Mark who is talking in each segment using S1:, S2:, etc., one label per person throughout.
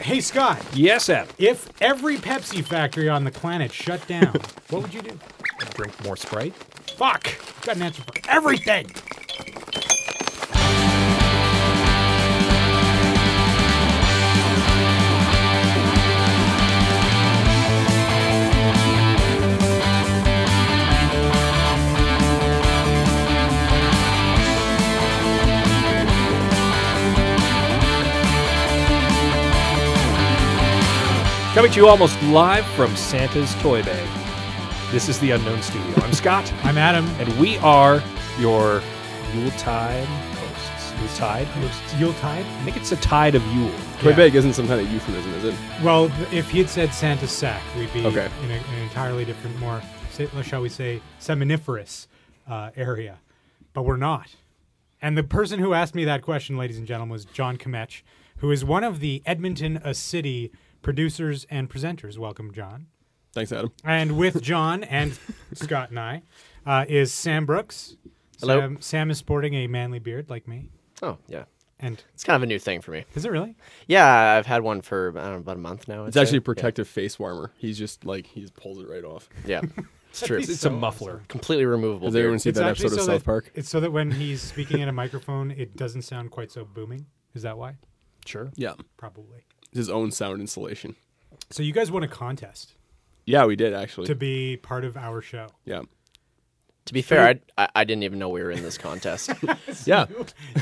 S1: Hey, Scott,
S2: Yes, Adam.
S1: if every Pepsi factory on the planet shut down, what would you do?
S2: Drink more Sprite.
S1: Fuck! Got an answer for everything!
S2: Coming to you almost live from Santa's toy bag. This is the Unknown Studio. I'm Scott,
S1: I'm Adam.
S2: and we are your Yuletide hosts. Yuletide hosts.
S1: Yule tide?
S2: I think it's a tide of Yule.
S3: Toy
S1: Yeah.
S3: bag isn't some kind of euphemism, is it?
S1: Well, th- if he'd said Santa's sack, we'd be
S3: Okay.
S1: in a, an entirely different, more, say- shall we say, seminiferous uh, area. But we're not. And the person who asked me that question, ladies and gentlemen, was John Kamech, who is one of the Edmonton A City producers and presenters. Welcome, John.
S3: Thanks, Adam.
S1: And with John and Scott and I uh, is Sam Brooks.
S4: Hello.
S1: Sam, Sam is sporting a manly beard like me.
S4: Oh, yeah.
S1: And
S4: It's kind of a new thing for me.
S1: is it really?
S4: Yeah, I've had one for I don't know, about a month now. I'd
S3: It's
S4: say.
S3: actually a protective face warmer. He's just like he just pulls it right off.
S4: Yeah. yeah. It's true.
S2: It's a
S1: So-
S2: muffler.
S4: completely removable.
S3: Has everyone
S4: Beard.
S3: seen that
S1: actually
S3: episode of
S1: so
S3: South
S1: that-
S3: Park?
S1: It's so that when he's speaking at a microphone, it doesn't sound quite so booming. Is that why?
S2: Sure.
S3: Yeah,
S1: Probably.
S3: It's his own sound installation.
S1: So you guys won a contest
S3: Yeah, we did actually.
S1: to be part of our show.
S3: yeah,
S4: To be fair, I, I I didn't even know we were in this contest.
S3: yeah.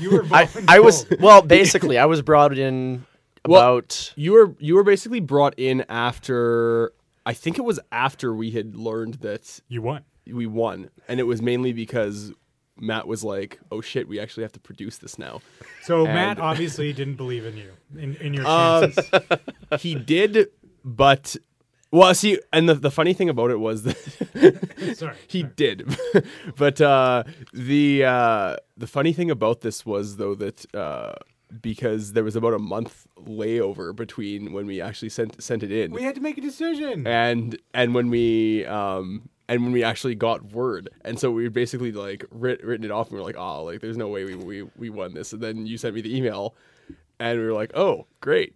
S1: You were
S4: I
S1: volunteered.
S4: I was well, basically, I was brought in
S3: Well-
S4: about
S3: You were you were basically brought in after I think it was after we had learned that
S1: You won.
S3: we won, and it was mainly because Matt was like, "Oh shit, we actually have to produce this now."
S1: So
S3: And-
S1: Matt obviously didn't believe in you, in, in your
S3: Um,
S1: chances.
S3: he did, but well, see, and the the funny thing about it was that.
S1: Sorry.
S3: He did, but uh, the uh, the funny thing about this was though that uh, because there was about a month layover between when we actually sent sent it in
S1: We had to make a decision.
S3: and and when we um, and when we actually got word, and so we basically like writ- written it off, and we were like, oh, like there's no way we we we won this, and then you sent me the email, and we were like, oh, great,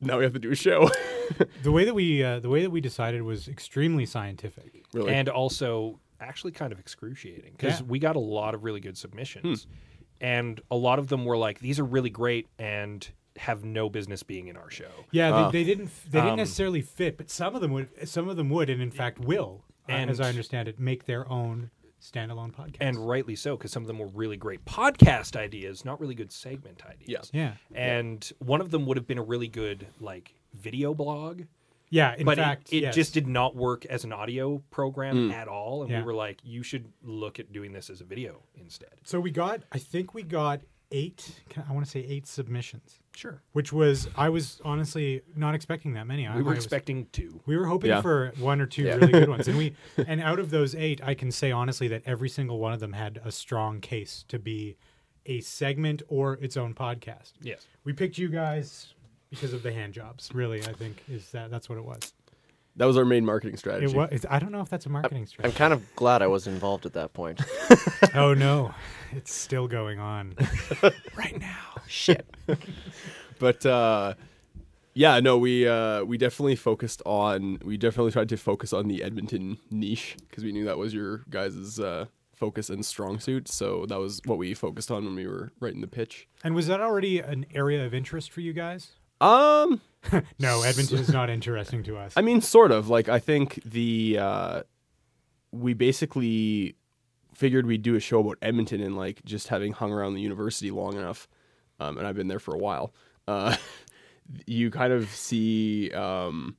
S3: now we have to do a show.
S1: The way that we uh, the way that we decided was extremely scientific.
S3: really,
S2: and also actually kind of excruciating because
S1: Yeah.
S2: we got a lot of really good submissions
S3: Hmm.
S2: and a lot of them were like these are really great and have no business being in our show
S3: Ah.
S1: Yeah,
S2: Uh,
S1: they, they didn't they
S2: um,
S1: didn't necessarily fit, but some of them would some of them would, and in fact will, uh,
S2: And-
S1: as I understand it, make their own standalone podcast.
S2: and rightly so because some of them were really great podcast ideas not really good segment ideas
S1: yeah,
S2: and one of them would have been a really good like video blog
S1: yeah. In
S2: but it-
S1: fact,
S2: it,
S1: yes.
S2: just did not work as an audio
S3: Mm.
S2: program at all and
S1: Yeah.
S2: we were like you should look at doing this as a video instead
S1: So we got, I think we got eight. Can, I want to say eight submissions,
S2: sure
S1: which was I was honestly not expecting that many. I,
S2: we were
S1: I was-
S2: expecting two
S1: we were hoping
S3: Yeah.
S1: for one or two really good ones, and we and out of those eight, I can say honestly that every single one of them had a strong case to be a segment or its own podcast.
S2: yes
S1: We picked you guys because of the hand jobs. Really, I think is that that's what it was.
S3: that was our main marketing strategy.
S1: It was. I don't know if that's a marketing
S4: I'm
S1: strategy.
S4: kind of glad I was involved at that point.
S1: oh no, it's still going on.
S2: right now
S4: Shit.
S3: but uh yeah no we uh we definitely focused on we definitely tried to focus on the edmonton niche because we knew that was your guys's uh focus and strong suit so that was what we focused on when we were writing the pitch
S1: And was that already an area of interest for you guys?
S3: um
S1: No, Edmonton is not interesting to us.
S3: i mean sort of like i think the uh we basically figured we'd do a show about edmonton and like just having hung around the university long enough um and i've been there for a while uh you kind of see um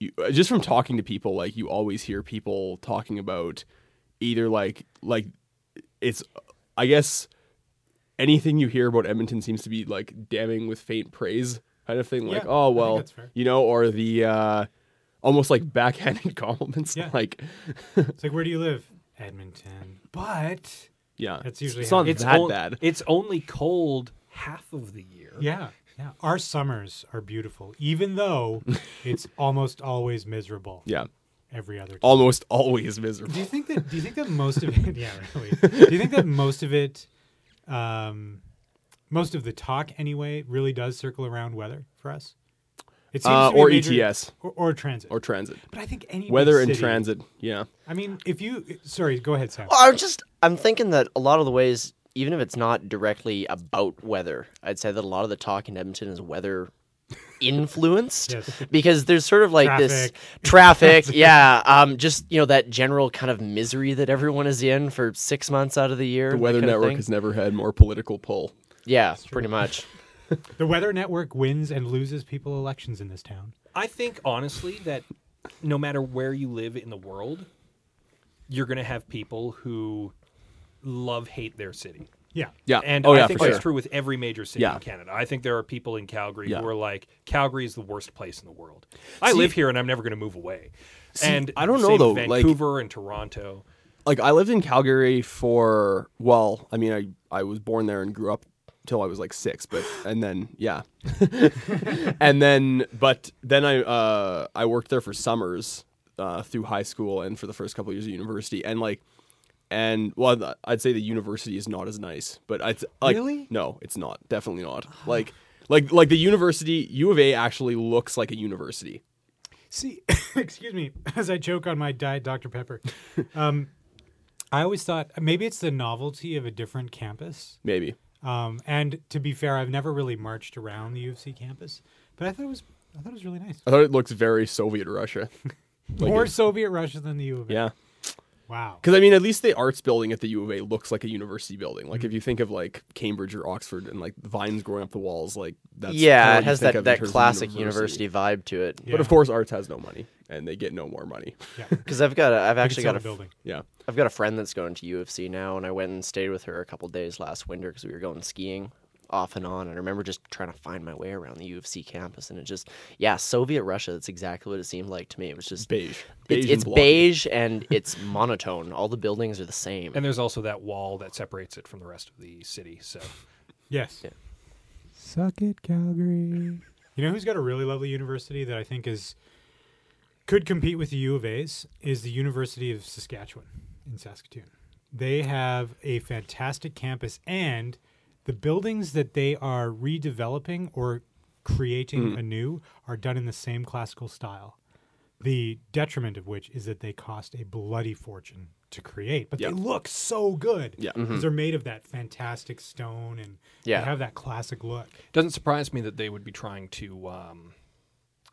S3: you, uh, just from talking to people like you always hear people talking about either like like it's i guess anything you hear about edmonton seems to be like damning with faint praise kind of thing like
S1: Yeah, I
S3: oh
S1: think
S3: well
S1: that's fair.
S3: you know or the uh almost like backhanded compliments
S1: Yeah.
S3: like
S1: It's like, where do you live? Edmonton. But
S3: yeah
S1: That's usually
S3: it's
S1: how
S3: not
S1: it
S2: it's
S3: that
S2: on-
S3: bad
S2: It's only cold half of the year.
S1: yeah, yeah. Our summers are beautiful, even though it's almost always miserable.
S3: yeah
S1: Every other time.
S3: almost always miserable
S1: Do you think that? Do you think that most of it? Yeah, really. Do you think that most of it, um, most of the talk anyway, really does circle around weather for us? It seems
S3: Uh,
S1: to be a
S3: or
S1: major-
S3: ETS.
S1: or, or transit.
S3: or transit.
S1: but I think any big
S3: Weather and
S1: city-
S3: transit. Yeah.
S1: I mean, if you sorry, go ahead, Sam.
S4: Well, I'm just I'm thinking that a lot of the ways, even if it's not directly about weather, I'd say that a lot of the talk in Edmonton is weather influenced
S1: Yes.
S4: because there's sort of like this
S1: Traffic.
S4: traffic yeah um just you know that general kind of misery that everyone is in for six months out of the year
S3: The Weather Network has never had more political pull.
S4: yeah pretty much
S1: The Weather Network wins and loses people elections in this town.
S2: I think honestly that no matter where you live in the world, you're going to have people who love hate their city.
S1: Yeah.
S3: Yeah.
S2: And
S3: oh
S2: I
S3: yeah,
S2: think
S3: for
S2: that's
S3: sure.
S2: true with every major city
S3: Yeah.
S2: in Canada. I think there are people in Calgary
S3: Yeah.
S2: who are like, Calgary is the worst place in the world. I live here and I'm never going to move away. and
S3: I don't know,
S2: same
S3: though,
S2: with
S3: like-
S2: Vancouver and Toronto.
S3: Like I lived in Calgary for well, I mean I I was born there and grew up till I was like 6, but and then yeah. and then but then I uh I worked there for summers uh through high school and for the first couple of years of university and like and well th- I'd say the university is not as nice, but I th- like
S2: Really?
S3: no, it's not. Definitely not. like like like the university U of A actually looks like a university.
S1: See, excuse me, as I choke on my diet Dr Pepper. Um, I always thought maybe it's the novelty of a different campus.
S3: Maybe.
S1: Um, and to be fair, I've never really marched around the U of C campus, but I thought it was I thought it was really nice.
S3: I thought it looked very Soviet Russia. Like
S1: More
S3: it-
S1: Soviet Russia than the U of A.
S3: yeah.
S1: Wow.
S3: Because I mean, at least the arts building at the U of A looks like a university building. Like if you think of like Cambridge or Oxford and like vines growing up the walls, like that's kinda
S4: yeah
S3: what
S4: it
S3: you
S4: has
S3: think
S4: that
S3: of in
S4: that
S3: terms of
S4: classic university. vibe to it
S3: But of course, arts has no money, and they get no more money.
S1: Yeah.
S4: because i've got a, i've
S1: It's
S4: actually got
S1: got
S4: a
S1: a building.
S3: Yeah,
S4: I've got a friend that's going to UFC now, and I went and stayed with her a couple days last winter because we were going skiing off and on. And I remember just trying to find my way around the UFC campus, and it just, yeah, Soviet Russia. That's exactly what it seemed like to me. It was just
S3: beige.
S4: It's,
S3: and
S4: it's
S3: blonde.
S4: beige and it's monotone. All the buildings are the same.
S2: And there's also that wall that separates it from the rest of the city. So
S1: Yes.
S4: Yeah.
S1: Suck it, Calgary. You know who's got a really lovely university that I think is could compete with the U of A's is the University of Saskatchewan in Saskatoon. They have a fantastic campus and the buildings that they are redeveloping or creating anew are done in the same classical style. The detriment of which is that they cost a bloody fortune to create, but
S3: Yeah.
S1: they look so good.
S3: Yeah. Mm-hmm.
S1: because they're made of that fantastic stone and
S4: Mm-hmm. Yeah.
S1: they have that classic look.
S2: doesn't surprise me that they would be trying to um,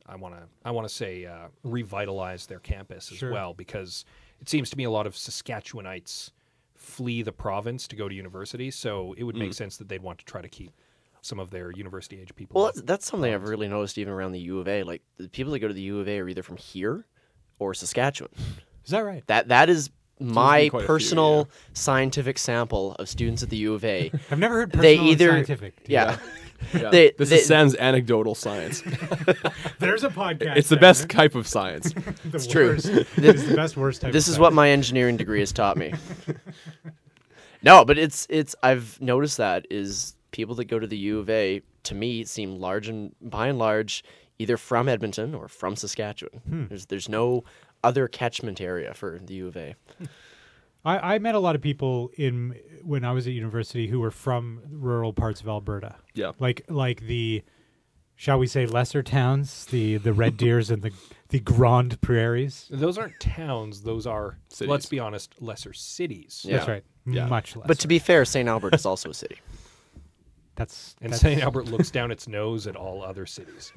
S2: I want to I want to say uh, revitalize their campus as
S1: Sure.
S2: well because it seems to me a lot of Saskatchewanites flee the province to go to university, so it would make sense that they'd want to try to keep some of their university age people.
S4: Well, that's, that's something I've really noticed even around the U of A. Like the people that go to the U of A are either from here or Saskatchewan.
S1: Is that right?
S4: That that is my
S3: quite a few,
S4: personal scientific sample of students at the U of A.
S1: I've never heard
S4: they
S1: personal and
S4: either
S1: scientific. together.
S4: yeah.
S3: Yeah.
S4: They-
S3: this
S4: they-
S3: is Sam's anecdotal science.
S1: There's a podcast.
S3: it's the
S1: Tanner.
S3: best type of science.
S1: The it's
S4: true.
S1: Worst. it's the best worst type.
S4: this
S1: of
S4: is
S1: science.
S4: what my engineering degree has taught me. no, but it's it's I've noticed that is people that go to the U of A to me seem large and by and large either from Edmonton or from Saskatchewan.
S1: Hmm.
S4: There's there's no other catchment area for the U of A.
S1: I, I met a lot of people in when I was at university who were from rural parts of Alberta.
S3: Yeah.
S1: Like like the shall we say lesser towns, the the red deers and the the grand prairies.
S2: those aren't towns; those are
S3: Cities.
S2: let's be honest, lesser cities.
S4: Yeah.
S1: That's right.
S3: Yeah.
S1: Much less.
S4: But to be fair, St. Albert is also a city.
S1: that's
S2: And
S1: that's-
S2: St. Albert looks down its nose at all other cities.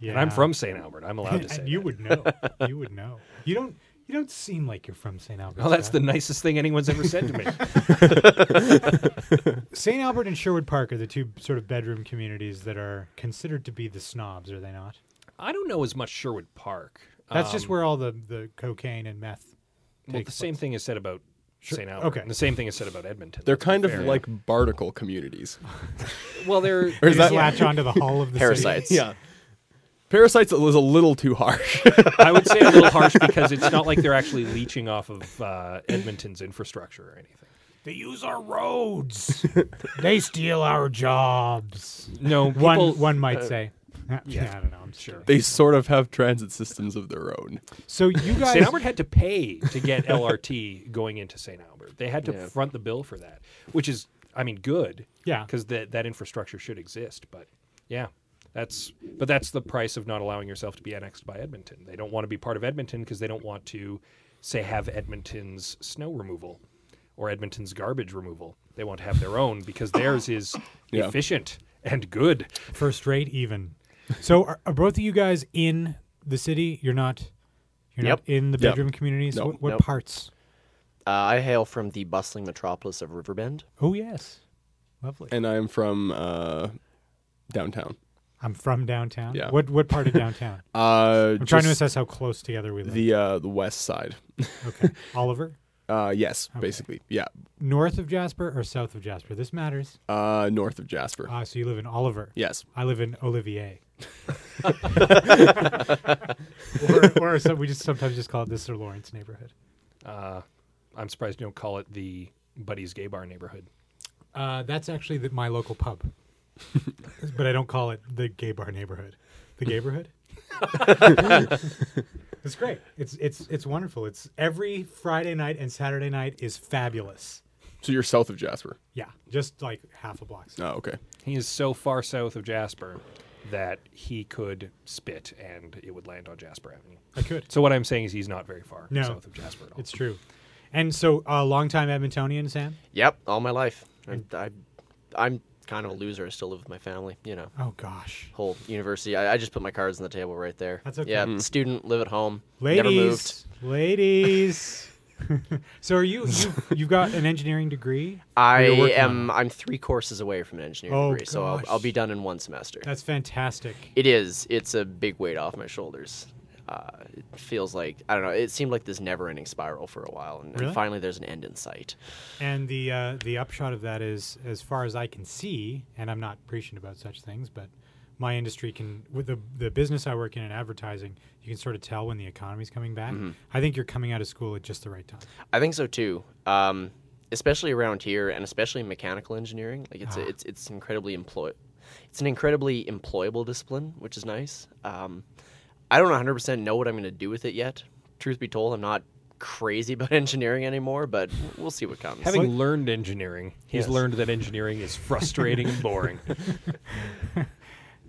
S1: Yeah.
S2: And I'm from St. Albert. I'm allowed to say.
S1: and you
S2: that.
S1: would know. You would know. You don't. You don't seem like you're from St. Albert.
S2: Well, that's the
S1: Scott.
S2: nicest thing anyone's ever said to me.
S1: St. Albert and Sherwood Park are the two sort of bedroom communities that are considered to be the snobs, are they not?
S2: I don't know as much Sherwood Park.
S1: That's
S2: Um,
S1: just where all the, the cocaine and meth.
S2: Well, the
S1: takes
S2: same thing is said about St. Albert.
S1: Okay.
S2: And the same thing is said about Edmonton.
S3: They're
S2: let's be
S3: kind of
S2: fair.
S3: like barnacle communities.
S2: Well, they're.
S3: Or is
S1: They just
S3: that
S1: latch onto the hull of the city.
S4: Parasites.
S3: Parasites was a little too harsh.
S2: I would say a little harsh because it's not like they're actually leeching off of uh, Edmonton's infrastructure or anything.
S1: They use our roads. they steal our jobs.
S2: No,
S1: One
S2: people- uh,
S1: one might say. yeah, I don't know. I'm sure.
S3: they sort of have transit systems of their own.
S1: So you guys.
S2: St. Albert had to pay to get LRT going into St. Albert. They had to
S4: Yeah.
S2: front the bill for that, which is, I mean, good.
S1: Yeah.
S2: Because that that infrastructure should exist. But yeah, That's but that's the price of not allowing yourself to be annexed by Edmonton. They don't want to be part of Edmonton because they don't want to say have Edmonton's snow removal or Edmonton's garbage removal. They want to have their own because theirs is
S3: Yeah.
S2: efficient and good.
S1: First rate, even. So are, are both of you guys in the city? You're not. You're
S4: Yep.
S1: not in the
S3: Yep.
S1: bedroom communities.
S3: No.
S1: What, what
S4: Nope.
S1: parts?
S4: Uh, I hail from the bustling metropolis of Riverbend.
S1: Oh yes, lovely.
S3: and I'm from uh, downtown.
S1: I'm from downtown.
S3: Yeah.
S1: What what part of downtown?
S3: Uh,
S1: I'm trying to
S3: just
S1: assess how close together we live.
S3: the uh, the west side.
S1: okay. Oliver,
S3: Uh, yes, basically, yeah.
S1: north of Jasper or south of Jasper? This matters.
S3: Uh, north of Jasper.
S1: Ah, so you live in Oliver.
S3: yes,
S1: I live in Olivier. or or some, we just sometimes just call it the Sir Lawrence neighborhood.
S2: Uh, I'm surprised you don't call it the Buddy's Gay Bar neighborhood.
S1: Uh, that's actually the, my local pub, but I don't call it the gay bar neighborhood. The gayborhood. it's great. It's it's it's wonderful. It's every Friday night and Saturday night is fabulous.
S3: so you're south of Jasper.
S1: Yeah, just like half a block.
S3: Oh, okay.
S2: He is so far south of Jasper that he could spit and it would land on Jasper Avenue.
S1: I could.
S2: So what I'm saying is he's not very far
S1: No.
S2: south of Jasper at all.
S1: It's true. And so, a uh, longtime Edmontonian, Sam.
S4: Yep, all my life. I, I, I'm kind of a loser. I still live with my family. You know,
S1: Oh gosh,
S4: whole university. I, I just put my cards on the table right there.
S1: That's okay.
S4: Yeah, student, live at home. Never moved.
S1: ladies, ladies. so, are you you you've got an engineering degree?
S4: I
S1: Or you're working on
S4: am.
S1: it?
S4: I'm three courses away from an engineering
S1: Oh,
S4: degree, so I'll,
S1: gosh.
S4: I'll be done in one semester.
S1: That's fantastic.
S4: It is. It's a big weight off my shoulders. Uh, it feels like I don't know. It seemed like this never-ending spiral for a while, and, and
S1: Really?
S4: finally there's an end in sight.
S1: And the uh, the upshot of that is, as far as I can see, and I'm not preaching about such things, but my industry can, with the the business I work in in advertising, you can sort of tell when the economy's coming back. I think you're coming out of school at just the right time.
S4: I think so too. Um, especially around here, and especially in mechanical engineering, like it's
S1: Ah.
S4: a, it's it's incredibly employ, it's an incredibly employable discipline, which is nice. Um, I don't 100 percent know what I'm going to do with it yet. Truth be told, I'm not crazy about engineering anymore, but we'll see what comes.
S2: Having learned engineering, he's
S4: Yes.
S2: learned that engineering is frustrating and boring.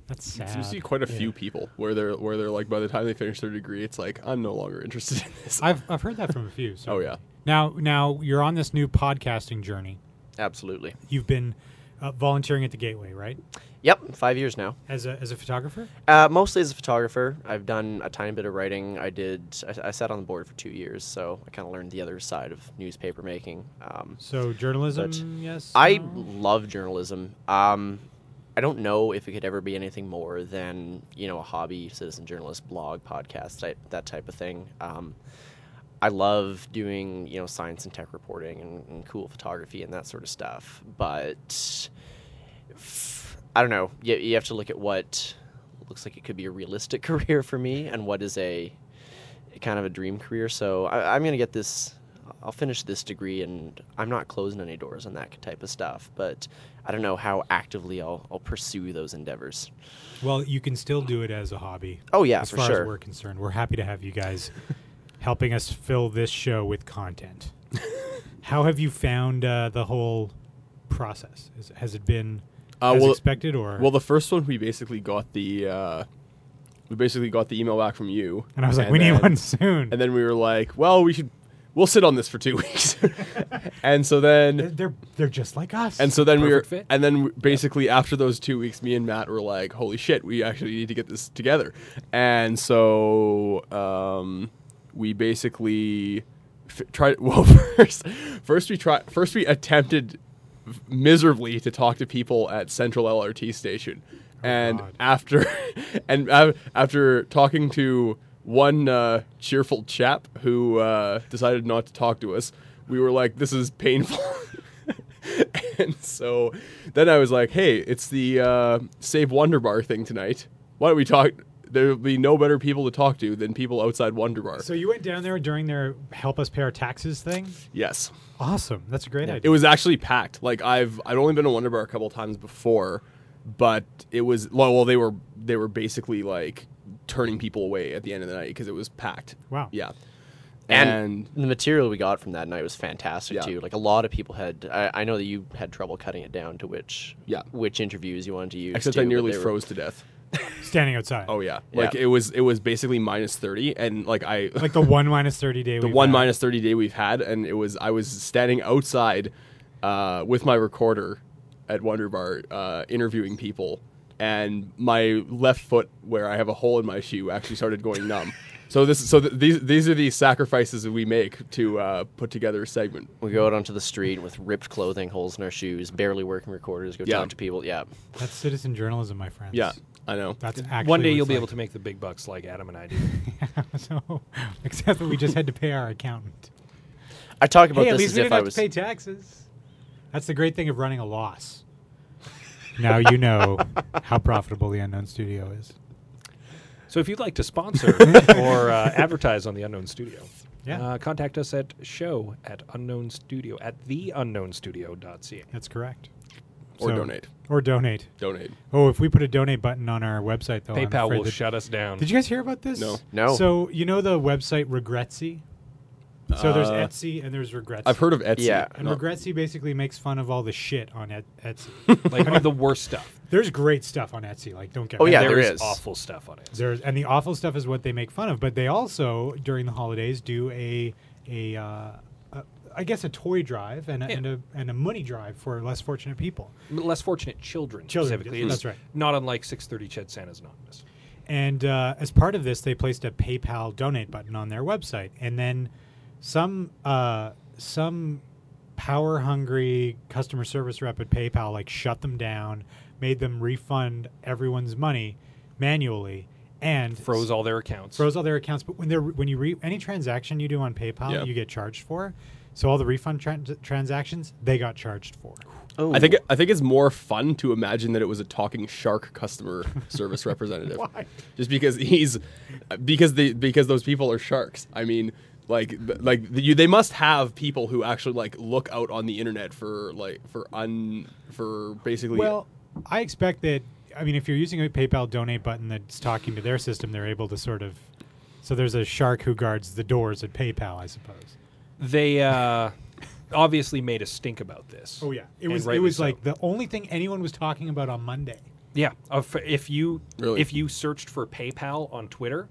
S1: That's sad.
S3: So you see quite a few people where they're where they're like by the time they finish their degree, it's like I'm no longer interested in this.
S1: I've I've heard that from a few.
S3: Oh
S1: certainly.
S3: yeah,
S1: Now now you're on this new podcasting journey.
S4: Absolutely.
S1: You've been uh, volunteering at the Gateway, right?
S4: Yep, five years now.
S1: As a as a photographer.
S4: Uh, mostly as a photographer. I've done a tiny bit of writing. I did. I, I sat on the board for two years, so I kind of learned the other side of newspaper making. Um,
S1: So journalism,
S4: But
S1: yes.
S4: I
S1: no?
S4: love journalism. Um, I don't know if it could ever be anything more than you know a hobby, citizen journalist, blog, podcast, type, that type of thing. Um, I love doing you know science and tech reporting and, and cool photography and that sort of stuff. But f- I don't know. You, you have to look at what looks like it could be a realistic career for me and what is a kind of a dream career. So I, I'm going to get this. I'll finish this degree, and I'm not closing any doors on that type of stuff. But I don't know how actively I'll, I'll pursue those endeavors.
S1: Well, you can still do it as a hobby.
S4: Oh, yeah,
S1: as
S4: for
S1: far
S4: sure.
S1: as we're concerned, we're happy to have you guys helping us fill this show with content. How have you found uh, the whole process? Has, has it been
S3: Uh,
S1: as
S3: well-
S1: expected, or
S3: Well, the first one we basically got the uh, we basically got the email back from you,
S1: and I was like, we need
S3: then-
S1: one soon.
S3: And then we were like, well, we should we'll sit on this for two weeks, and so
S1: They're-
S3: then
S1: they're they're just like us.
S3: and so then we were
S2: Perfect fit.
S3: and then we- basically after those two weeks, me and Matt were like, holy shit, we actually need to get this together, and so um, we basically f- tried. Well, first first we tried first we attempted miserably to talk to people at Central LRT station. and
S1: God.
S3: after and uh, after talking to one uh, cheerful chap who uh, decided not to talk to us, we were like, "This is painful." and so then I was like, "Hey, it's the uh, Save Wonder Bar thing tonight. Why don't we talk?" There'll be no better people to talk to than people outside Wonder Bar.
S1: so you went down there during their help us pay our taxes thing.
S3: yes.
S1: Awesome, that's a great
S3: It
S1: idea.
S3: was actually packed. Like I've I'd only been to Wonder Bar a couple times before, but it was well, well they were they were basically like turning people away at the end of the night because it was packed.
S1: Wow.
S3: Yeah.
S4: And,
S3: And,
S4: the material we got from that night was fantastic
S3: Yeah.
S4: too. Like a lot of people had. I, I know that you had trouble cutting it down to which
S3: Yeah.
S4: which interviews you wanted to use.
S3: except
S4: too,
S3: I
S4: but
S3: nearly
S4: they were-
S3: froze to death.
S1: standing outside.
S3: Oh yeah, like it was it was basically minus thirty, and like I
S1: Like the one minus 30 day
S3: the one minus 30 day we've had and it was i was standing outside uh, with my recorder at wonder bar uh, interviewing people and my left foot where i have a hole in my shoe actually started going numb so this so th- these these are the sacrifices that we make to uh, put together a segment
S4: We go out onto the street with ripped clothing, holes in our shoes, barely working recorders, go
S3: Yeah.
S4: talk to people. Yeah.
S1: That's citizen journalism, my friends.
S3: yeah i know
S1: That's actually
S2: One day
S1: what it's
S2: you'll be
S1: like.
S2: able to make the big bucks like Adam and I do.
S1: so, except that we just had to pay our accountant.
S4: I talk about
S1: hey, at
S4: this
S1: least
S4: as
S1: we
S4: if
S1: didn't
S4: I
S1: have
S4: was
S1: to pay taxes. That's the great thing of running a loss. now you know how profitable the Unknown Studio is.
S2: So if you'd like to sponsor or uh, advertise on the Unknown Studio,
S1: Yeah.
S2: uh, contact us at show at unknown studio at the unknown studio.ca.
S1: That's correct.
S3: or
S1: So-
S3: donate
S1: Or donate.
S3: donate
S1: Oh, if we put a donate button on our website, though, I'm
S2: PayPal
S1: afraid
S2: will
S1: that-
S2: shut us down.
S1: Did you guys hear about this?
S3: No.
S4: No.
S1: So you know the website Regretsy. So there's
S3: Uh,
S1: Etsy and there's Regretsy.
S3: i've heard of etsy
S4: Yeah.
S1: And
S3: No.
S1: Regretsy basically makes fun of all the shit on Et- Etsy.
S2: like of the worst stuff.
S1: there's great stuff on Etsy. Like, don't get.
S4: Oh,
S1: me
S4: yeah,
S1: wrong.
S4: there
S2: is
S4: is.
S2: awful stuff on it.
S1: There's and the awful stuff is what they make fun of, but they also during the holidays do a a, uh, a I guess a toy drive and a,
S2: Yeah.
S1: and a and a money drive for less fortunate people.
S2: Less fortunate children,
S1: Children,
S2: specifically.
S1: yes,
S2: It's
S1: that's right.
S2: Not unlike 630 Chet Santa's Anonymous.
S1: And uh, as part of this, they placed a PayPal donate button on their website, and then some uh, some power hungry customer service rep at PayPal like shut them down, made them refund everyone's money manually, and
S2: Froze all their accounts.
S1: froze all their accounts. But when they're when you re, any transaction you do on PayPal,
S3: Yeah.
S1: you get charged for. So all the refund tran transactions they got charged for.
S4: Oh.
S3: I think I think it's more fun to imagine that it was a talking shark customer service representative.
S1: Why?
S3: Just because he's because the because those people are sharks. I mean, like th- like the, you they must have people who actually like look out on the internet for like for un for basically
S1: Well, I expect that. I mean, if you're using a PayPal donate button that's talking to their system, they're able to sort of. So there's a shark who guards the doors at PayPal, I suppose.
S2: They uh, obviously made a stink about this.
S1: Oh yeah, it
S2: And
S1: was it
S2: rightly
S1: was
S2: so.
S1: like the only thing anyone was talking about on Monday.
S2: Yeah, if, if you
S3: Really?
S2: if you searched for PayPal on Twitter,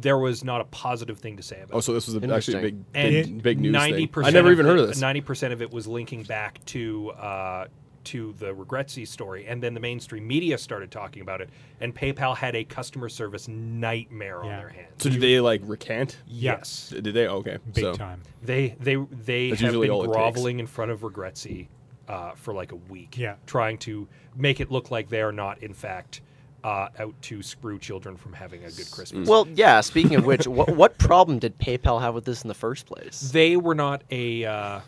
S2: there was not a positive thing to say about.
S3: Oh,
S2: it.
S3: so this was a, actually a big
S4: Interesting.
S3: big,
S1: And
S3: big news thing.
S2: 90%
S3: I never even heard of this.
S2: Ninety percent of it was linking back to uh, to the Regretsy story, and then the mainstream media started talking about it, and PayPal had a customer service nightmare
S1: Yeah.
S2: on their hands.
S3: So did they like recant?
S2: Yes,
S3: Did they? Okay.
S1: Big
S3: so
S1: time.
S2: they they they
S3: That's
S2: have
S3: usually
S2: been
S3: all it takes.
S2: groveling in front of Regretsy uh, for like a week,
S1: Yeah.
S2: trying to make it look like they are not, in fact. Uh, out to screw children from having a good
S3: Mm.
S2: Christmas.
S4: Well, yeah, speaking of which, what, what problem did PayPal have with this in the first place?
S2: they were not a. Uh,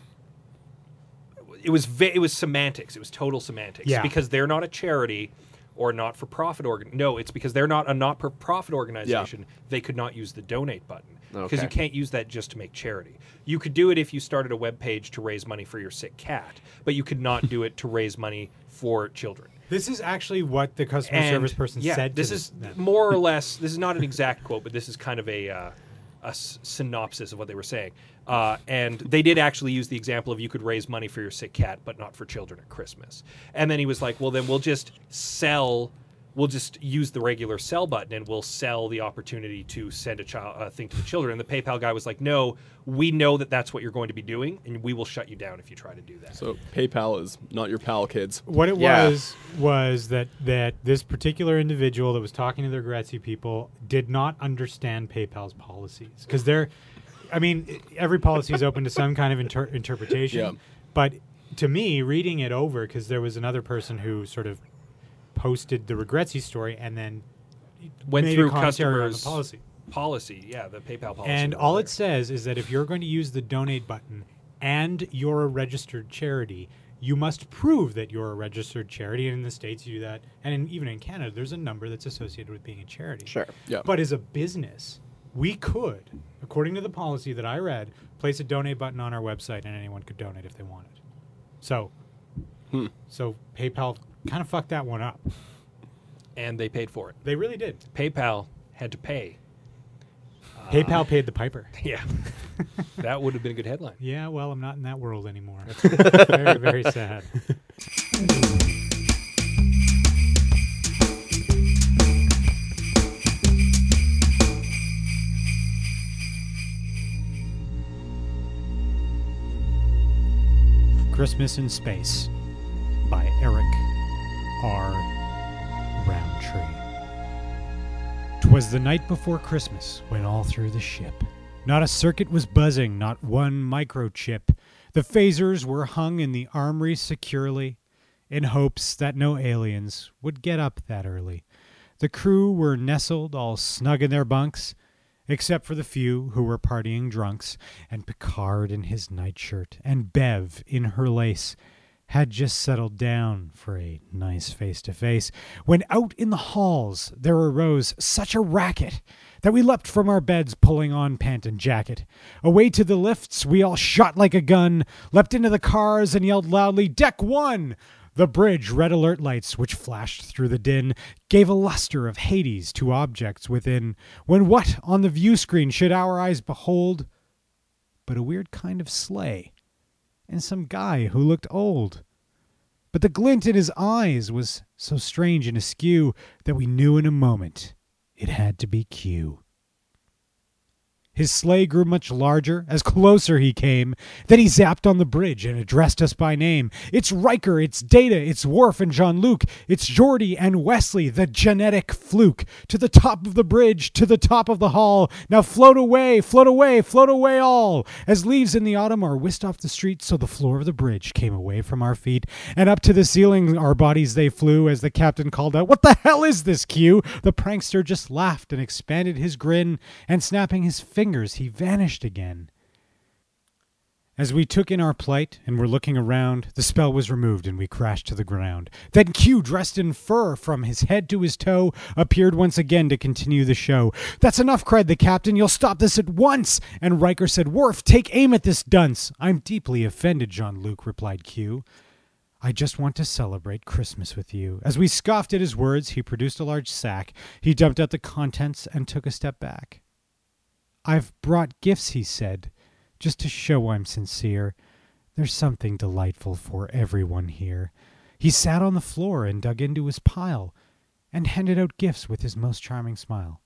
S2: it was ve- it was semantics. It was total semantics.
S1: Yeah.
S2: Because they're not a charity or not for profit organ. No, it's because they're not a not for profit organization. They could not use the donate button because
S4: Okay.
S2: you can't use that just to make charity. You could do it if you started a web page to raise money for your sick cat, but you could not do it to raise money for children.
S1: This is actually what the customer
S2: And,
S1: service person
S2: yeah,
S1: said. to
S2: This is
S1: them.
S2: more or less. This is not an exact quote, but this is kind of a, uh, a s- synopsis of what they were saying. Uh, and they did actually use the example of you could raise money for your sick cat, but not for children at Christmas. And then he was like, "Well, then we'll just sell." We'll just use the regular sell button, and we'll sell the opportunity to send a child a thing to the children. And the PayPal guy was like, "No, we know that that's what you're going to be doing, and we will shut you down if you try to do that."
S3: so PayPal is not your pal, kids.
S1: What it
S4: Yeah.
S1: was was that that this particular individual that was talking to the Grazi people did not understand PayPal's policies because they're, I mean, every policy is open to some kind of inter- interpretation.
S3: Yeah.
S1: But to me, reading it over because there was another person who sort of posted the Regretzi story and then
S2: Went
S1: made a
S2: through
S1: commentary on the
S2: customers'
S1: policy.
S2: policy, yeah, the PayPal policy,
S1: And
S2: over
S1: all
S2: there.
S1: it says is that if you're going to use the donate button and you're a registered charity, you must prove that you're a registered charity. And in the States, you do that. And in, even in Canada, there's a number that's associated with being a charity.
S4: Sure.
S3: Yeah.
S1: But as a business, we could, according to the policy that I read, place a donate button on our website and anyone could donate if they wanted. So, so PayPal kind of fucked that one up.
S2: and they paid for it.
S1: They really did.
S2: PayPal had to pay.
S1: PayPal paid the piper.
S2: Yeah. that would have been a good headline.
S1: Yeah, well, I'm not in that world anymore. very, very sad. Christmas in Space by Eric R. Roundtree. 'Twas the night before Christmas when all through the ship not a circuit was buzzing, not one microchip. The phasers were hung in the armory securely in hopes that no aliens would get up that early. The crew were nestled all snug in their bunks, except for the few who were partying drunks, and Picard in his nightshirt, and Bev in her lace, had just settled down for a nice face to face, when out in the halls there arose such a racket that we leapt from our beds, pulling on pant and jacket. Away to the lifts we all shot like a gun, leapt into the cars, and yelled loudly, Deck one! The bridge red alert lights, which flashed through the din, gave a luster of Hades to objects within. When what on the view screen should our eyes behold but a weird kind of sleigh and some guy who looked old? But the glint in his eyes was so strange and askew that we knew in a moment it had to be Q. His sleigh grew much larger as closer he came. Then he zapped on the bridge and addressed us by name. It's Riker, it's Data, it's Worf and Jean Luc, it's Geordi and Wesley, the genetic fluke. To the top of the bridge, to the top of the hall. Now float away, float away, float away all. As leaves in the autumn are whisked off the street, so the floor of the bridge came away from our feet. And up to the ceiling our bodies they flew as the captain called out, What the hell is this, Q? The prankster just laughed and expanded his grin, and snapping his fingers, he vanished again. As we took in our plight and were looking around, the spell was removed and we crashed to the ground. Then Q, dressed in fur from his head to his toe, appeared once again to continue the show. That's enough, cried the captain. You'll stop this at once. And Riker said, Worf, take aim at this dunce. I'm deeply offended, Jean Luc, replied Q. I just want to celebrate Christmas with you. As we scoffed at his words, he produced a large sack. He dumped out the contents and took a step back. I've brought gifts, he said, just to show I'm sincere. There's something delightful for everyone here. He sat on the floor and dug into his pile and handed out gifts with his most charming smile.